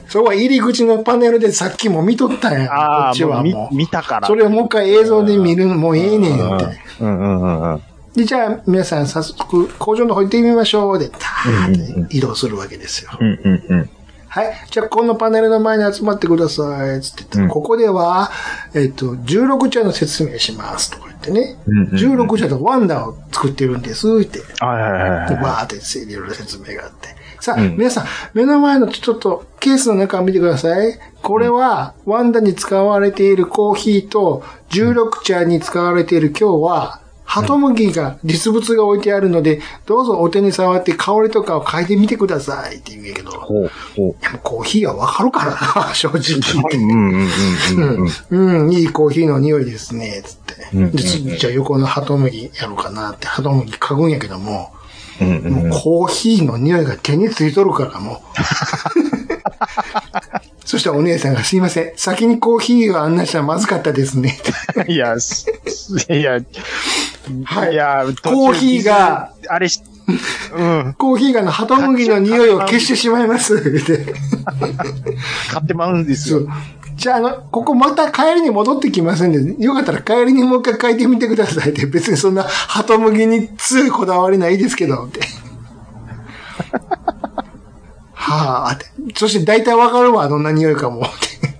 S7: そこは入り口のパネルでさっきも見とったんや。こ
S3: あ
S7: っち
S3: あ、
S7: は
S3: も
S7: も
S3: う見見たか
S7: う。
S3: ら。
S7: それをもう一回映像で見るのもうええね
S3: うん
S7: ん、って。
S3: うんうんうんうん。
S7: で、じゃあ、皆さん早速、工場の方行ってみましょう、で、た
S3: うんうん
S7: ーって移動するわけですよ。
S3: うんうんうん。
S7: はい。じゃあ、このパネルの前に集まってください。つって言ったら、
S3: うん
S7: ここでは、えっ、と、16茶の説明します。とか言ってね。
S3: うんうんうん
S7: 16茶とワンダーを作ってるんです。って。
S3: はいはいはいはい
S7: で、。わーっていろいろ説明があって。さあ、
S3: うん
S7: 皆さん、目の前のちょっとケースの中を見てください。これは、ワンダに使われているコーヒーと、16茶に使われている今日は、ハトムギが、実物が置いてあるので、どうぞお手に触って香りとかを嗅いでみてくださいって言うんやけど。
S3: ほうほう。
S7: いやもうコーヒーはわかるからな、正
S3: う
S7: 直。
S3: んうんうんうんうん。
S7: うん、いいコーヒーの匂いですね、つって。
S3: うん
S7: で次じゃあ横のハトムギやろうかなって、ハトムギ嗅ぐんやけども、
S3: うんうん
S7: もうコーヒーの匂いが手についとるから、 もう。そしたらお姉さんがすいません、先にコーヒーがあんなしたらまずかったですね。
S3: いや、すいや、
S7: はい
S3: いや、
S7: コーヒーが
S3: 途中、あれし、うん、
S7: コーヒーがあのハトムギの匂いを消してしまい ます、って。
S3: 買ってまうんです
S7: そ
S3: よ
S7: う。。じゃあ、あの、ここまた帰りに戻ってきますんで、よかったら帰りにもう一回書いてみてくださいって、別にそんな、鳩麦に強いこだわりないですけど、って。はあ、って。そして大体わかるわ、どんな匂いかも、って。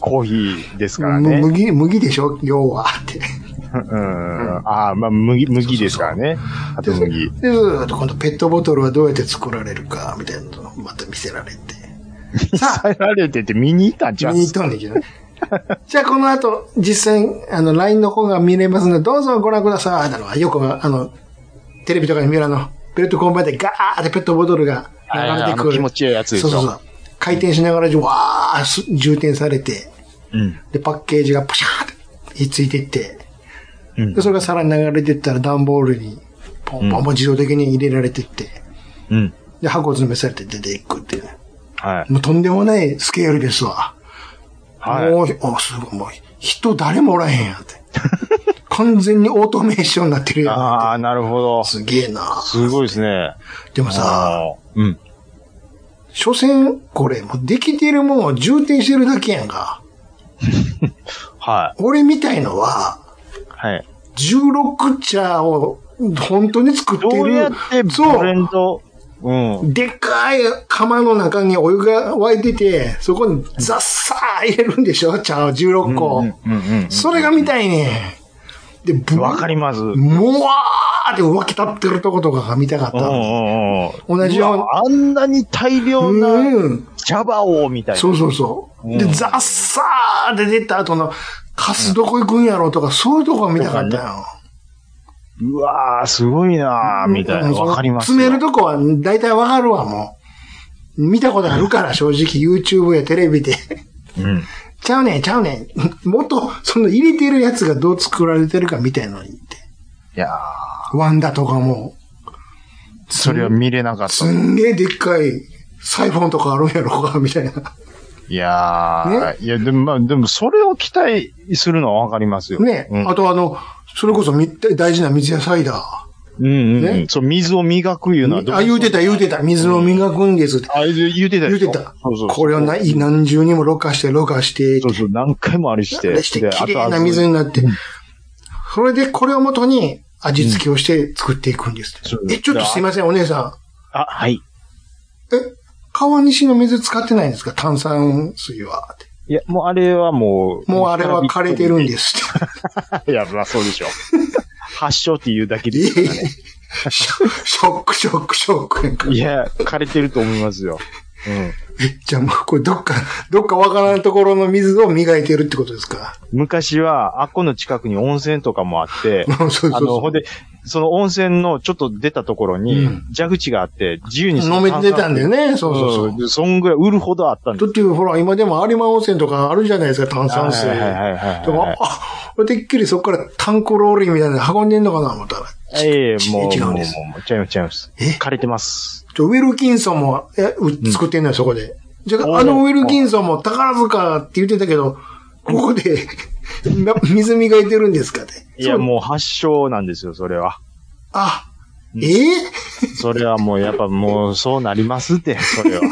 S3: コーヒーですから
S7: む
S3: ね。
S7: 麦、麦でしょ要は、って。
S3: うん。ああ、まあ、麦、麦ですからね。あと麦。
S7: で、ずーっと今度ペットボトルはどうやって作られるか、みたいなのをまた見せられて。さあ、
S3: 耐えられてて見に行ったんちゃう
S7: 見に行っとんねんけどね。 じゃあ、この後、実際に、あの、LINE の方が見れますので、どうぞご覧ください。だのよくが、あの、テレビとかに見るあの、ペットコンバイでガーってペットボトルが流
S3: はいはい
S7: れ
S3: あ
S7: て
S3: の
S7: くる。
S3: 気持ちいいやつでし
S7: そ
S3: ょ。
S7: うそうそう。回転しながら、わーす、充填されて、
S3: うん。
S7: で、パッケージがパシャーって、ひっついてって、
S3: うん
S7: で、。それが皿に流れてったら段ボールに、ポンポンポン自動的に入れられてって、
S3: うん。
S7: で、箱詰めされて出ていくっていうね。
S3: はい。
S7: もうとんでもないスケールですわ。
S3: はい。
S7: もう、お、すごい、もう、人誰もおらへんやん って。完全にオートメーションになってるやん。
S3: ああ、なるほど。
S7: すげえな
S3: すごいですね。
S7: でもさ、
S3: あー。うん。
S7: 所詮、これ、もうできてるものを充填してるだけやんか。
S3: は
S7: 俺みたいのは、
S3: い。はい。
S7: 16茶を本当に作ってる。
S3: どうやって
S7: そ
S3: ブレ
S7: う。
S3: ンド、うん。
S7: でっかい釜の中にお湯が沸いてて、そこにザッサー入れるんでしょ茶を16個。
S3: うんうんうんうん
S7: それが見たいねん。で、ぶ
S3: わかります。うん
S7: もわーって湧き立ってるとことかが見たかっ
S3: うん
S7: た。
S3: うん
S7: 同じように
S3: わあんなに大量な
S7: うん。
S3: 茶葉をみたいな。
S7: そうそうそう。で、
S3: うん
S7: ザッサーって出た後の、カスどこ行くんやろうとか、そういうとこが見たかったよ。
S3: うわー、すごいなー、みたいな。
S7: うん
S3: わかります。
S7: 詰めるとこは大体わかるわ、もう。見たことあるから、正直 YouTube やテレビで。
S3: うん。
S7: ちゃうねん、ちゃうねん。もっと、その入れてるやつがどう作られてるかみたいのにって。
S3: いやー
S7: ワンダとかも、
S3: それは見れなかった
S7: す。んげえでっかいサイフォンとかあるんやろうか、みたいな。
S3: いやー。いや、でも、まあ、でも、それを期待するのはわかりますよ。
S7: ね、
S3: うん
S7: あとあの、それこそみ大事な水やサイダ
S3: うんうんうん
S7: ね
S3: そう、水を磨くいうのはど
S7: ー。
S3: う
S7: あ、言うてた、言うてた。水を磨くんですって。
S3: あ、言うて
S7: 言
S3: たで
S7: う
S3: し
S7: て
S3: ょ
S7: た
S3: そうそう。。
S7: これを
S3: い。
S7: 何何重にもろ過して、ろ過して
S3: そ、うそう、何回もあれして。
S7: でして、
S3: で
S7: 綺麗な水になって。それで、これをもとに味付けをして作っていくんですって。
S3: うんそう
S7: え、ちょっとすいません、お姉さん。
S3: あ、はい。
S7: え、川西の水使ってないんですか炭酸水は。
S3: いや、もうあれはもう。
S7: もうあれは枯れてるんです。
S3: いや、まあそうで しょ。発症っていうだけ
S7: い
S3: で
S7: や
S3: すか
S7: い
S3: ら
S7: や
S3: ね。
S7: ショショック、ショック、ショックやんか。
S3: いや、枯れてると思いますよ。う
S7: じゃあもうこれどっか、どっかわからんところの水を磨いてるってことですか
S3: ん。昔は、あっこの近くに温泉とかもあって、
S7: そう そう
S3: あの、
S7: そ
S3: ほんで、その温泉のちょっと出たところに
S7: うん、
S3: 蛇口があって、自由
S7: う。
S3: に
S7: 飲めてたんだよ
S3: ね。
S7: ね。そうそう
S3: そ
S7: そう
S3: そう。そんぐらい売るほどあったん
S7: う。だ
S3: で
S7: ってほら、今でも有馬温泉とかあるじゃないですか、炭酸水。
S3: はいはいはいはいはい
S7: とか、あ、てっきりそこからタンコローリーみたいなの運んでんのかな思ったら。
S3: す。ええ、もう、
S7: 違
S3: も
S7: う
S3: うんも
S7: で
S3: う
S7: す、
S3: もう、ちゃいます、ちゃいます。
S7: え
S3: 枯れてます。
S7: ちょウィルキンソンも、え、う作ってんのよ、そこで。じゃ
S3: お
S7: あ、
S3: ー
S7: あのウィルキンソンも宝塚って言ってたけど、ここで、 な水磨いてるんですかって。
S3: いや、
S7: そう
S3: もう発症なんですよ、それは。
S7: あ、
S3: うん
S7: えー
S3: それはもう、やっぱもう、そうなりま すって、それは。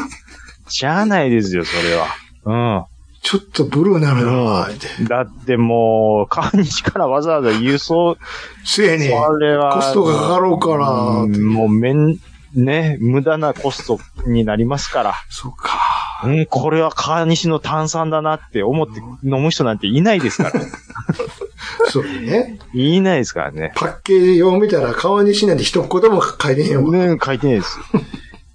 S3: しゃあないですよ、それは。うん。
S7: ちょっとブルーなるなぁ、って。
S3: だってもう、川西からわざわざ郵送、
S7: せやねん。
S3: それは。
S7: コストがかかろうから
S3: うんもう、めん、ね、無駄なコストになりますから。
S7: そうか。
S3: うん、これは川西の炭酸だなって思って飲む人なんていないです から。
S7: そうね。
S3: いないですからね。
S7: パッケージを見たら川西なんて一言も書いてへんわ。
S3: ね、書いてないです。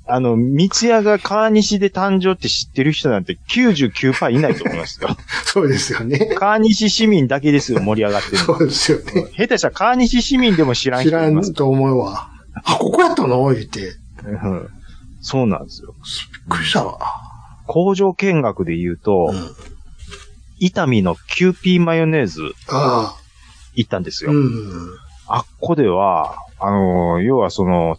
S3: あの、三ツ矢が川西で誕生って知ってる人なんて99%いないと思いますよ。
S7: そうですよね。
S3: 川西市民だけですよ、盛り上がってるの。
S7: そうですよね。
S3: 下手したら川西市民でも知らん
S7: 知
S3: 人
S7: ら
S3: います
S7: んと思うわ。あ、ここやったの言って。びっ
S3: うんそうなんですよ。
S7: くりしたわ。
S3: 工場見学で言うと、
S7: うん
S3: 伊丹のキューピーマヨネーズ
S7: あ
S3: 行ったんです
S7: あ。
S3: よ。
S7: うん。
S3: あっこでは、あのー要はその、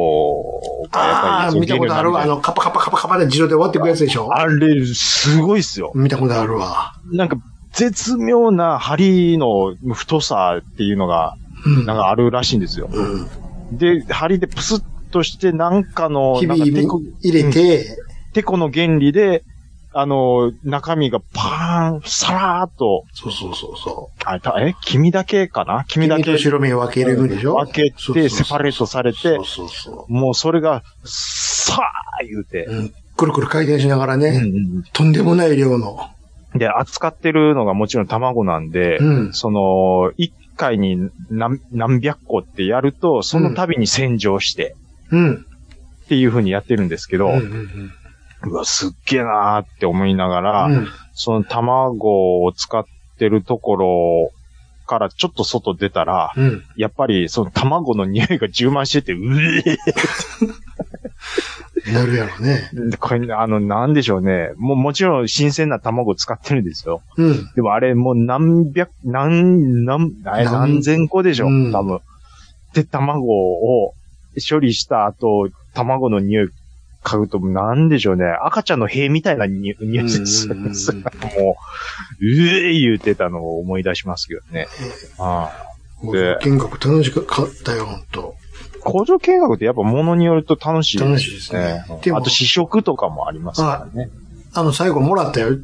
S7: あ
S3: 卵がやっぱり
S7: あ
S3: そ
S7: ー、
S3: う
S7: 見たことあるわ。あ
S3: 原料にな
S7: の、カパカパカパカパで自動で割っていくやつでしょ
S3: あれ、すごいっすよ。
S7: 見たことあるわ。
S3: なんか、絶妙な針の太さっていうのが、
S7: うん。
S3: なんかあるらしいんですよ。
S7: うん。
S3: で、針でプスッとして、なんかの、
S7: 日
S3: なん
S7: 々
S3: かテコ
S7: 入れて、
S3: テコの原理で、あのー中身がパーン、さらーっと、
S7: そうそうそうそう。
S3: あたえ君だけかな君だ
S7: 黄身
S3: け
S7: と白身分けるんでしょ
S3: 分け
S7: そうそう
S3: て、
S7: そう
S3: セパレートされて
S7: そう、そうそ
S3: もうそれが、さあ言うて
S7: う。、うん。くるくる回転しながらね、
S3: うんうん
S7: とんでもない量の。
S3: うんで、扱ってるのがもちろん卵なんで、
S7: うん。
S3: その、一回に何何百個ってやると、その度に洗浄して、
S7: うん。
S3: っていう風にやってるんですけ
S7: う
S3: ど、
S7: ん
S3: う
S7: うんうん
S3: わ、すっげえなーって思いながら、
S7: うん。
S3: その卵を使ってるところからちょっと外出たら、
S7: うん。
S3: やっぱりその卵の匂いが充満してて、うえー
S7: なるやろね。
S3: これ、あの、なんでしょうね。もうもちろん新鮮な卵使ってるんですよ。
S7: うん。
S3: でもあれ、もう何百、何、何、あれ
S7: 何
S3: 何千個でしょ、
S7: うん
S3: 多分。で、卵を処理した後、卵の匂い嗅ぐと、なんでしょうね。赤ちゃんの塀みたいなに匂いで
S7: う
S3: す。
S7: んうんうんうん
S3: もう、うえー言うてたのを思い出しますけどね。ああで
S7: 見学楽しかったよ、ほんと。
S3: 工場見学ってやっぱ物によると楽しい
S7: 楽しいですね
S3: うん
S7: でも
S3: あと試食とかもありますからね。
S7: あの、最後もらったよ。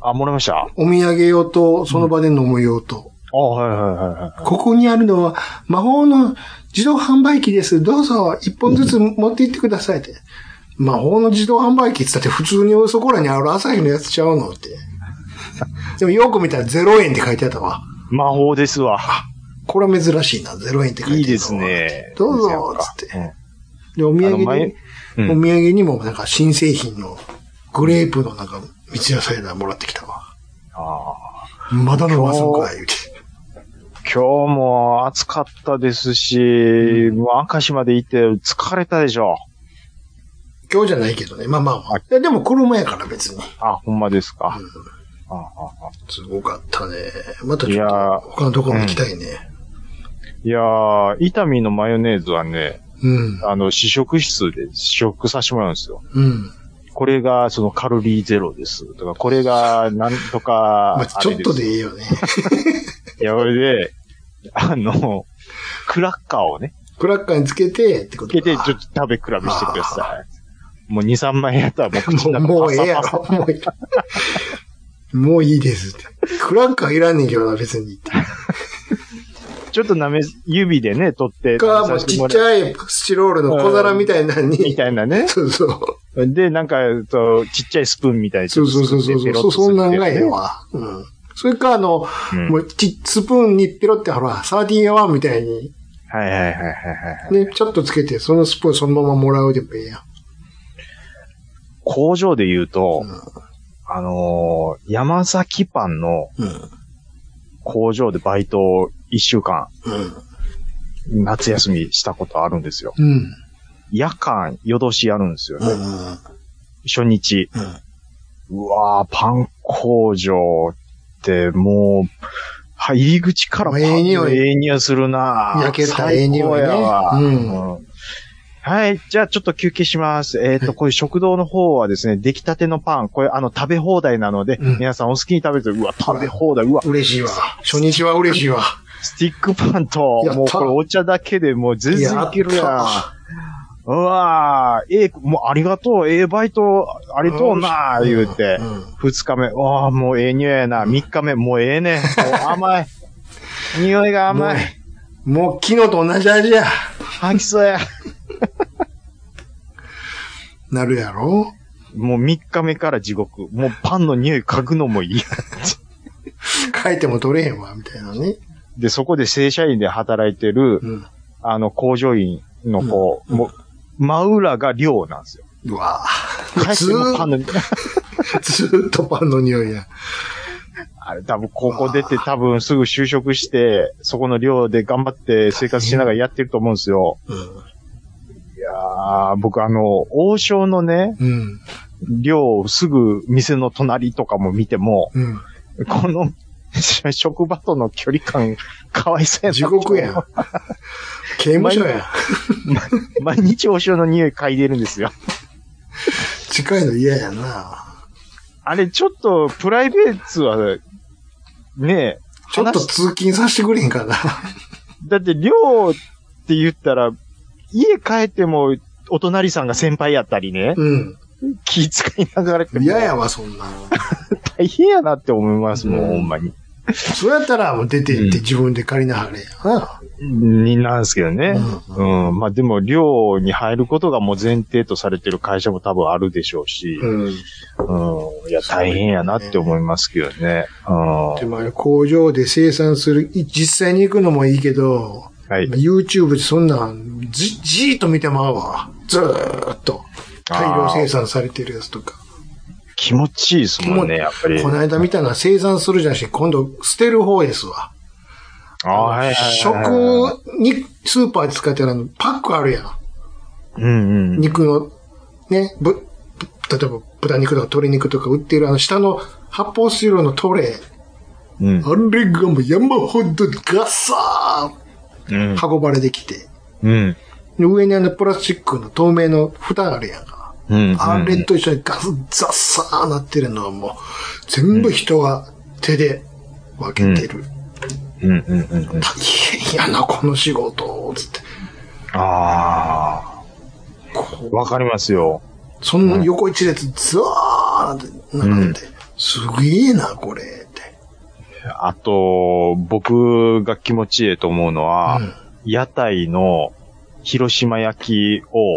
S3: あ、もらいましたあ
S7: お土産用と、その場で飲む用と。
S3: はいはいはいはい。
S7: ここにあるのは魔法の自動販売機です。どうぞ、一本ずつ持って行ってくださいって。魔法の自動販売機って言ったって普通にそこらにある朝日のやつちゃうのって。でもよく見たら0円って書いてあったわ。
S3: 魔法ですわ。
S7: これは珍しいな、0円って書いてあるわ
S3: いいですね。
S7: どうぞ、つって。で、お土
S3: うん。
S7: 産
S3: あの、
S7: に、
S3: 前、うん
S7: お土産にもなんか新製品のグレープのなんか蜜野菜だもらってきたわ。
S3: あ
S7: まだのわさんかい、言うて。
S3: ー今日も暑かったですし、もう明石まで行って疲れたでしょ。
S7: 今日じゃないけどね。まあまあまあ。
S3: はい
S7: いやでも車やから別に。
S3: あ、ほんまですか。
S7: うん
S3: あああ
S7: すごかったね。また
S3: い
S7: ちょ
S3: や
S7: っ
S3: ー
S7: と他のところも行きたいね。
S3: いやー、伊丹のマヨネーズはね、
S7: うん。
S3: あの、試食室で試食させてもらうんですよ。
S7: うん。
S3: これが、そのカロリーゼロです。とか、これが、なんと
S7: まあ
S3: か、
S7: ちょっとで
S3: あれ
S7: いいよね。
S3: す。いや、これで、あの、クラッカーをね、
S7: クラッカーにつけてってこ
S3: つ
S7: と
S3: け
S7: か。
S3: て、ちょっと食べ比べしてください。もう2、3枚やったらもう口の中
S7: もう、もうええや
S3: パサ
S7: ろ。もういい。もういいですって。クラッカーいらんねんけどな、別に。
S3: パサちょっと舐め、指でね、取って、
S7: か、も
S3: さ
S7: う
S3: せて
S7: ち
S3: も
S7: っ
S3: ら
S7: ち
S3: う
S7: ゃいスチロールの小皿みたいなの
S3: み
S7: に。
S3: たいなね。
S7: そうそう。
S3: で、なんか、そうちっちゃいスプーンみたいにち
S7: そ
S3: ょ
S7: う
S3: っと
S7: そうそうそ
S3: 作っ
S7: う
S3: てペロ
S7: そ
S3: ッと
S7: う。そんなんが
S3: す
S7: ええ
S3: るや
S7: わ。うん。それか、あの、
S3: つねうん
S7: もうち、スプーンにピロって、ほら、サーティンやワンみたいに、
S3: はいはいはいはいはい。
S7: ね、ちょっとつけて、そのスプーンそのままもらうでもええやん。
S3: 工場で言うと
S7: うん、
S3: あのー山崎パンの
S7: うん。
S3: 工場でバイトを一週間、
S7: うん。
S3: 夏休みしたことあるんですよ。
S7: うん。
S3: 夜間、夜通しやるんですよね。
S7: うん。
S3: 初日。
S7: うん
S3: うわーパン工場ってもう、入り口からパンの
S7: ええ匂い
S3: ええ匂いするなぁ
S7: 焼けた
S3: 最高やわ
S7: ええ匂いねうん
S3: うんはい。じゃあ、ちょっと休憩します。えっ、と、こういう食堂の方はですね、出来たてのパン、これ、あの、食べ放題なので、
S7: うん
S3: 皆さんお好きに食べて、うわ、食べ放題、うわ、
S7: 嬉しいわ。初日は嬉しいわ。
S3: スティックパンと
S7: やっ、た
S3: もうこれお茶だけでもう全然いけるやん。
S7: やっ
S3: うわー、ええ、もうありがとう、ええバイト、ありがとうなー、言うて
S7: う。ん。
S3: 二日目、わあ、もうええ匂いやな。三日目、もうええねん。もう 甘い。匂いが甘い。
S7: もう昨日と同じ味や。
S3: 吐きそうや。
S7: なるやろ
S3: もう三日目から地獄。もうパンの匂い嗅ぐのも嫌。
S7: 書いても取れへんわ、みたいなね。
S3: で、そこで正社員で働いてる、
S7: うん。
S3: あの、工場員の子、もう、真裏が寮なんですよ。
S7: うわぁ。
S3: 帰っ
S7: ず
S3: てもパン
S7: ー
S3: の、
S7: ずーっとパンの匂いや。
S3: あれ多分高校出て多分すぐ就職して、そこの寮で頑張って生活しながらやってると思うんですよ。
S7: うん。
S3: いやー、僕あの、王将のね、
S7: うん。
S3: 寮すぐ店の隣とかも見ても、
S7: うん。
S3: この 職場との距離感、かわいそうやな。
S7: 地獄やん。刑務所や。
S3: 毎日王将の匂い嗅いでるんですよ。
S7: 近いの嫌やな。
S3: あれ、ちょっと、プライベートは、ねえ、
S7: ちょっと
S3: 話
S7: 通勤させてくれへんかな。
S3: だって寮って言ったら、家帰っても、お隣さんが先輩やったりね、
S7: うん。
S3: 気遣いながらって、
S7: 嫌やわ、そんなの。
S3: 大変やなって思いますもん、
S7: うん
S3: ほんまに。
S7: そうやったら、もう出て行って自分で借りなはれやな。
S3: になんですけどね。
S7: うん
S3: うん。まあでも、寮に入ることがもう前提とされてる会社も多分あるでしょうし、
S7: うん。
S3: うん。いや、大変やなって思いますけどね。うん。
S7: でもあれ工場で生産する、い実際に行くのもいいけど、
S3: はい。
S7: YouTube でそんなんじ、じーっと見てまうわ。ずーっと。大量生産されてるやつとか。
S3: 気持ちいいですもんね、やっぱり。
S7: この間見たのは生産するじゃなし、今度捨てる方ですわ。
S3: あーはいはいはいはい
S7: 食にスーパーで使ってるあの、パックあるやん。
S3: うんうん。
S7: 肉の、ね、ぶ、ぶ例えば豚肉とか鶏肉とか売っているあの下の発泡スチロールのトレイ。
S3: うん。
S7: あれがもう山ほどガッサ
S3: うん
S7: ー運ばれてきて。
S3: うん。
S7: で上にあのプラスチックの透明の蓋あるやんか。
S3: うん。
S7: あれと一緒にガス、ザッサーなってるのはもう、全部人が手で分けてる。
S3: うんうんうんう
S7: 大
S3: ん。
S7: 変やな、この仕事、つって。
S3: ああ。わかりますよ。
S7: そんな横一列、ザーって、なんて、すげえな、これ、って。
S3: あと、僕が気持ちいいと思うのは、屋台の広島焼きを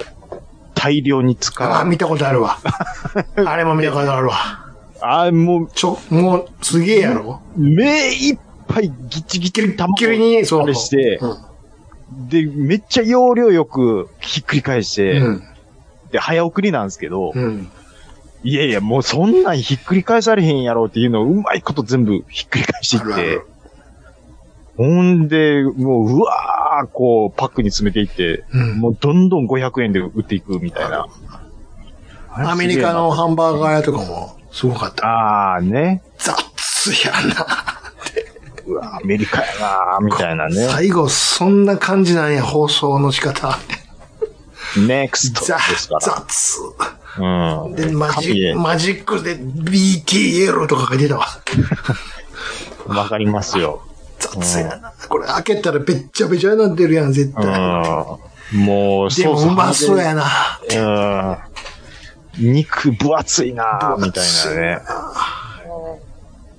S3: 大量に使
S7: ああ、
S3: う。
S7: 見たことある わ。あれも見たことあるわ。
S3: ああ、もう、
S7: ちょ、もう、すげえやろ
S3: 目いっぱいギチギチに卵
S7: 急に、そう。
S3: あれして
S7: うん。
S3: で、めっちゃ容量よくひっくり返して、
S7: うん。
S3: で、早送りなんですけど、
S7: うん。
S3: いやいや、もうそんなんひっくり返されへんやろっていうのをうまいこと全部ひっくり返してい
S7: ある
S3: っ
S7: あ
S3: て
S7: る、
S3: ほんで、もう、うわー、こう、パックに詰めていって、
S7: うん
S3: もうどんどん500円で売っていくみたいな。
S7: アメリカのハンバーガー屋とかも、すごかった。
S3: あーね。
S7: 雑やな。
S3: うわアメリカやなー、みたいなね。
S7: 最後、そんな感じなんや、放送の仕方。
S3: NEXT
S7: ザ
S3: ですか、
S7: 雑。
S3: ら。うん。
S7: で、マ
S3: 神
S7: ジ
S3: へ
S7: マジックで BTL とかが出たわ。
S3: わかりますよ。
S7: 雑やな。これ開けたらべっちゃべちゃになってるやん、絶対。
S3: うん。もう、
S7: でもうまそうやな。
S3: な。うん。肉分厚いなー、みたいなね。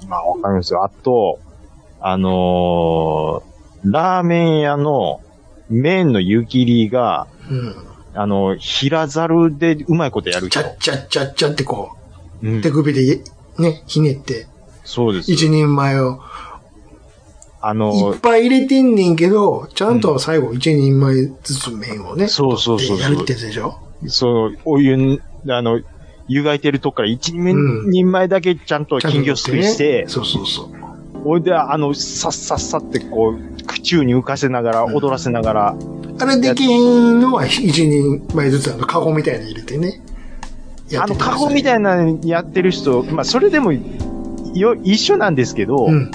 S3: まあ、わかりますよ。あと、あのーラーメン屋の麺の湯切りが、
S7: うん。
S3: あの、平ざるでうまいことやる
S7: ち
S3: 人
S7: ゃ。っちゃっちゃっちゃってこ
S3: う
S7: う、
S3: ん
S7: 手、首で、ね、ひねって、
S3: そうです。
S7: 一人前を
S3: あ
S7: い
S3: の
S7: っ、ぱい入れてんねんけど、ちゃんと最後一人前ずつ麺をね、
S3: そうそうそう
S7: やるって
S3: そ
S7: やつでしょ
S3: う。そう、お湯、あの、湯がいてるとこから一
S7: うん
S3: 人前だけちゃんと
S7: ちゃんと
S3: 金魚すくいして、
S7: そうそうそう。
S3: おいで、あの、さっさっさってこう、口中に浮かせながら、踊らせながら、
S7: あれできへんのは一人前ずつあの、カゴみたいに入れてね。や
S3: あ
S7: って
S3: の、
S7: くださ
S3: カゴみたいなのやってる人、まあ、それでも、よ、一緒なんですけど、
S7: うん。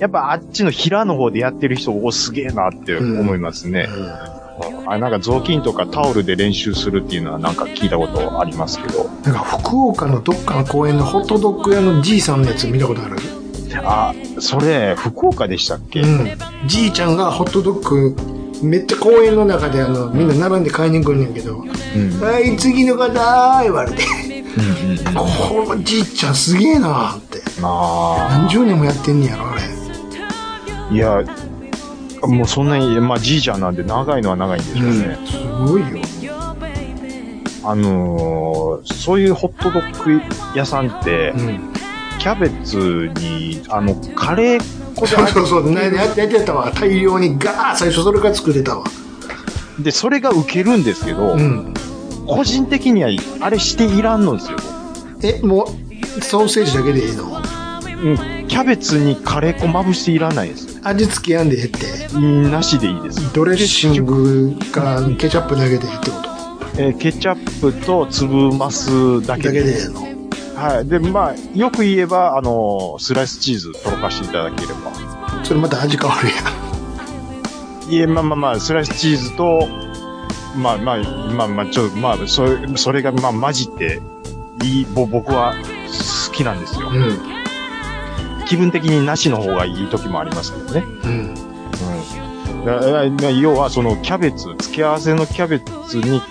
S3: やっぱあっちの平の方でやってる人、お、すげえなって思いますね。あ、なんか雑巾とかタオルで練習するっていうのはなんか聞いたことありますけど、
S7: なんか福岡のどっかの公園のホットドッグ屋のじいさんのやつ見たことある
S3: あ、それ、福岡でしたっけ、
S7: うん。じいちゃんがホットドッグ、めっちゃ公園の中であの、みんな並んで買いに来るんやけど、
S3: うん
S7: はい、次の方言われて、このじいちゃんすげえなって。
S3: あ
S7: 何十年もやってんねやろ、あれ。
S3: あ、いや、もうそんなに、まあ、じいちゃんなんで長いのは長いんでしょうね。
S7: すごいよ。
S3: あのーそういうホットドッグ屋さんって、
S7: うん。
S3: キャベツに、あの、カレー粉で
S7: そうそうそう、
S3: 揚
S7: ね、
S3: げて
S7: やってやってたわ。大量にガー最初それから作ってたわ。
S3: で、それがウケるんですけど、
S7: うん。
S3: 個人的には、あれしていらんのですよ。
S7: え、もう、ソーセージだけでいいの
S3: うん、キャベツにカレー粉まぶしていらないですよ。
S7: 味付けやんでええって。
S3: うんなしでいいです。
S7: ドレッシングかケチャップだけでいいってこと
S3: えーケチャップと粒マスだけ
S7: だけ
S3: で。
S7: でええの
S3: はい。で、まあ、よく言えば、あのースライスチーズとろかしていただければ。
S7: それまた味変わるや
S3: いえ、まあまあまあ、スライスチーズと、まあまあ、まあまあ、ちょ、まあ、それ、それが、まあ、混じって、いい、ぼ、僕は好きなんですよ。
S7: ん。
S3: 気分的になしの方がいい時もありますけどね。
S7: うん。
S3: うん。だだだ要は、その、キャベツ、付け合わせのキャベツに、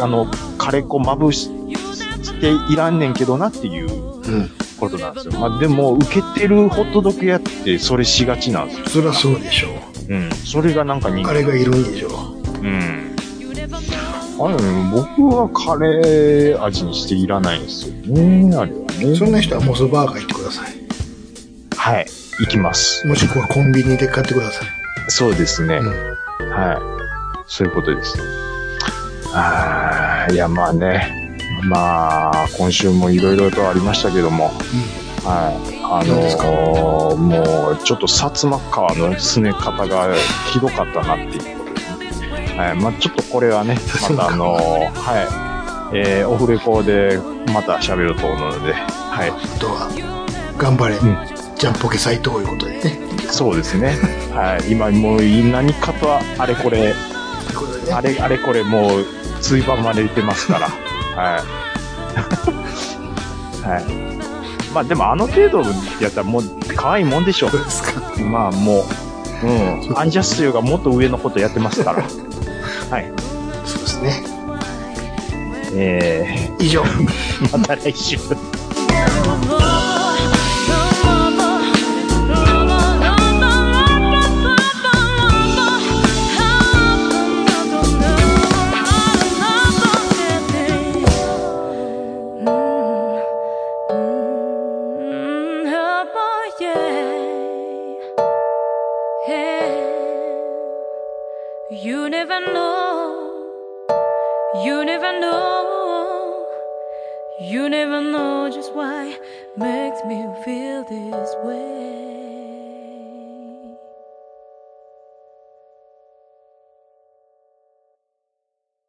S3: あの、カレー粉まぶししていらんねんけどなっていう
S7: うん。
S3: ことなんですよ。まあ、でも、受けてるホットドッグ屋って、それしがちなんですよ。
S7: そりゃそうでしょ
S3: うん。それがなんか人
S7: う。
S3: 気
S7: あれがいるんでしょう。
S3: うん。あれ、僕はカレー味にしていらないんですよね、あれはね。
S7: そんな人はモスバーガー行ってください。
S3: はい、行きます。
S7: もしくはコンビニで買ってください。
S3: そうですね。
S7: うん
S3: はい。そういうことです。あーいや、まあね。まあ、今週もいろいろとありましたけども。はい。あ
S7: どうですか
S3: のーもう、ちょっと薩摩川の拗ね方がひどかったなっていうことですね。はい。まあ、ちょっとこれはね、またあのーはい。えーオフレコでまた喋ると思うので、はい。
S7: あとは、頑張れ、
S3: う
S7: ジャンポケ斎藤ということでね。
S3: そうですね。はい。今もう何かとあれこれ、
S7: ということでね
S3: あれあれこれもう、追番まで出てます から。はい。はい。 まあでもあの程度やったらもう可愛いもんでしょ
S7: どうですか
S3: う。まあもう、うん。アンジャッシュがもっと上のことやってま すから。はい。
S7: そうですね。
S3: え
S7: 以上。
S3: ー、 また来週。
S1: You never know, you never know. You never know just why makes me feel this way.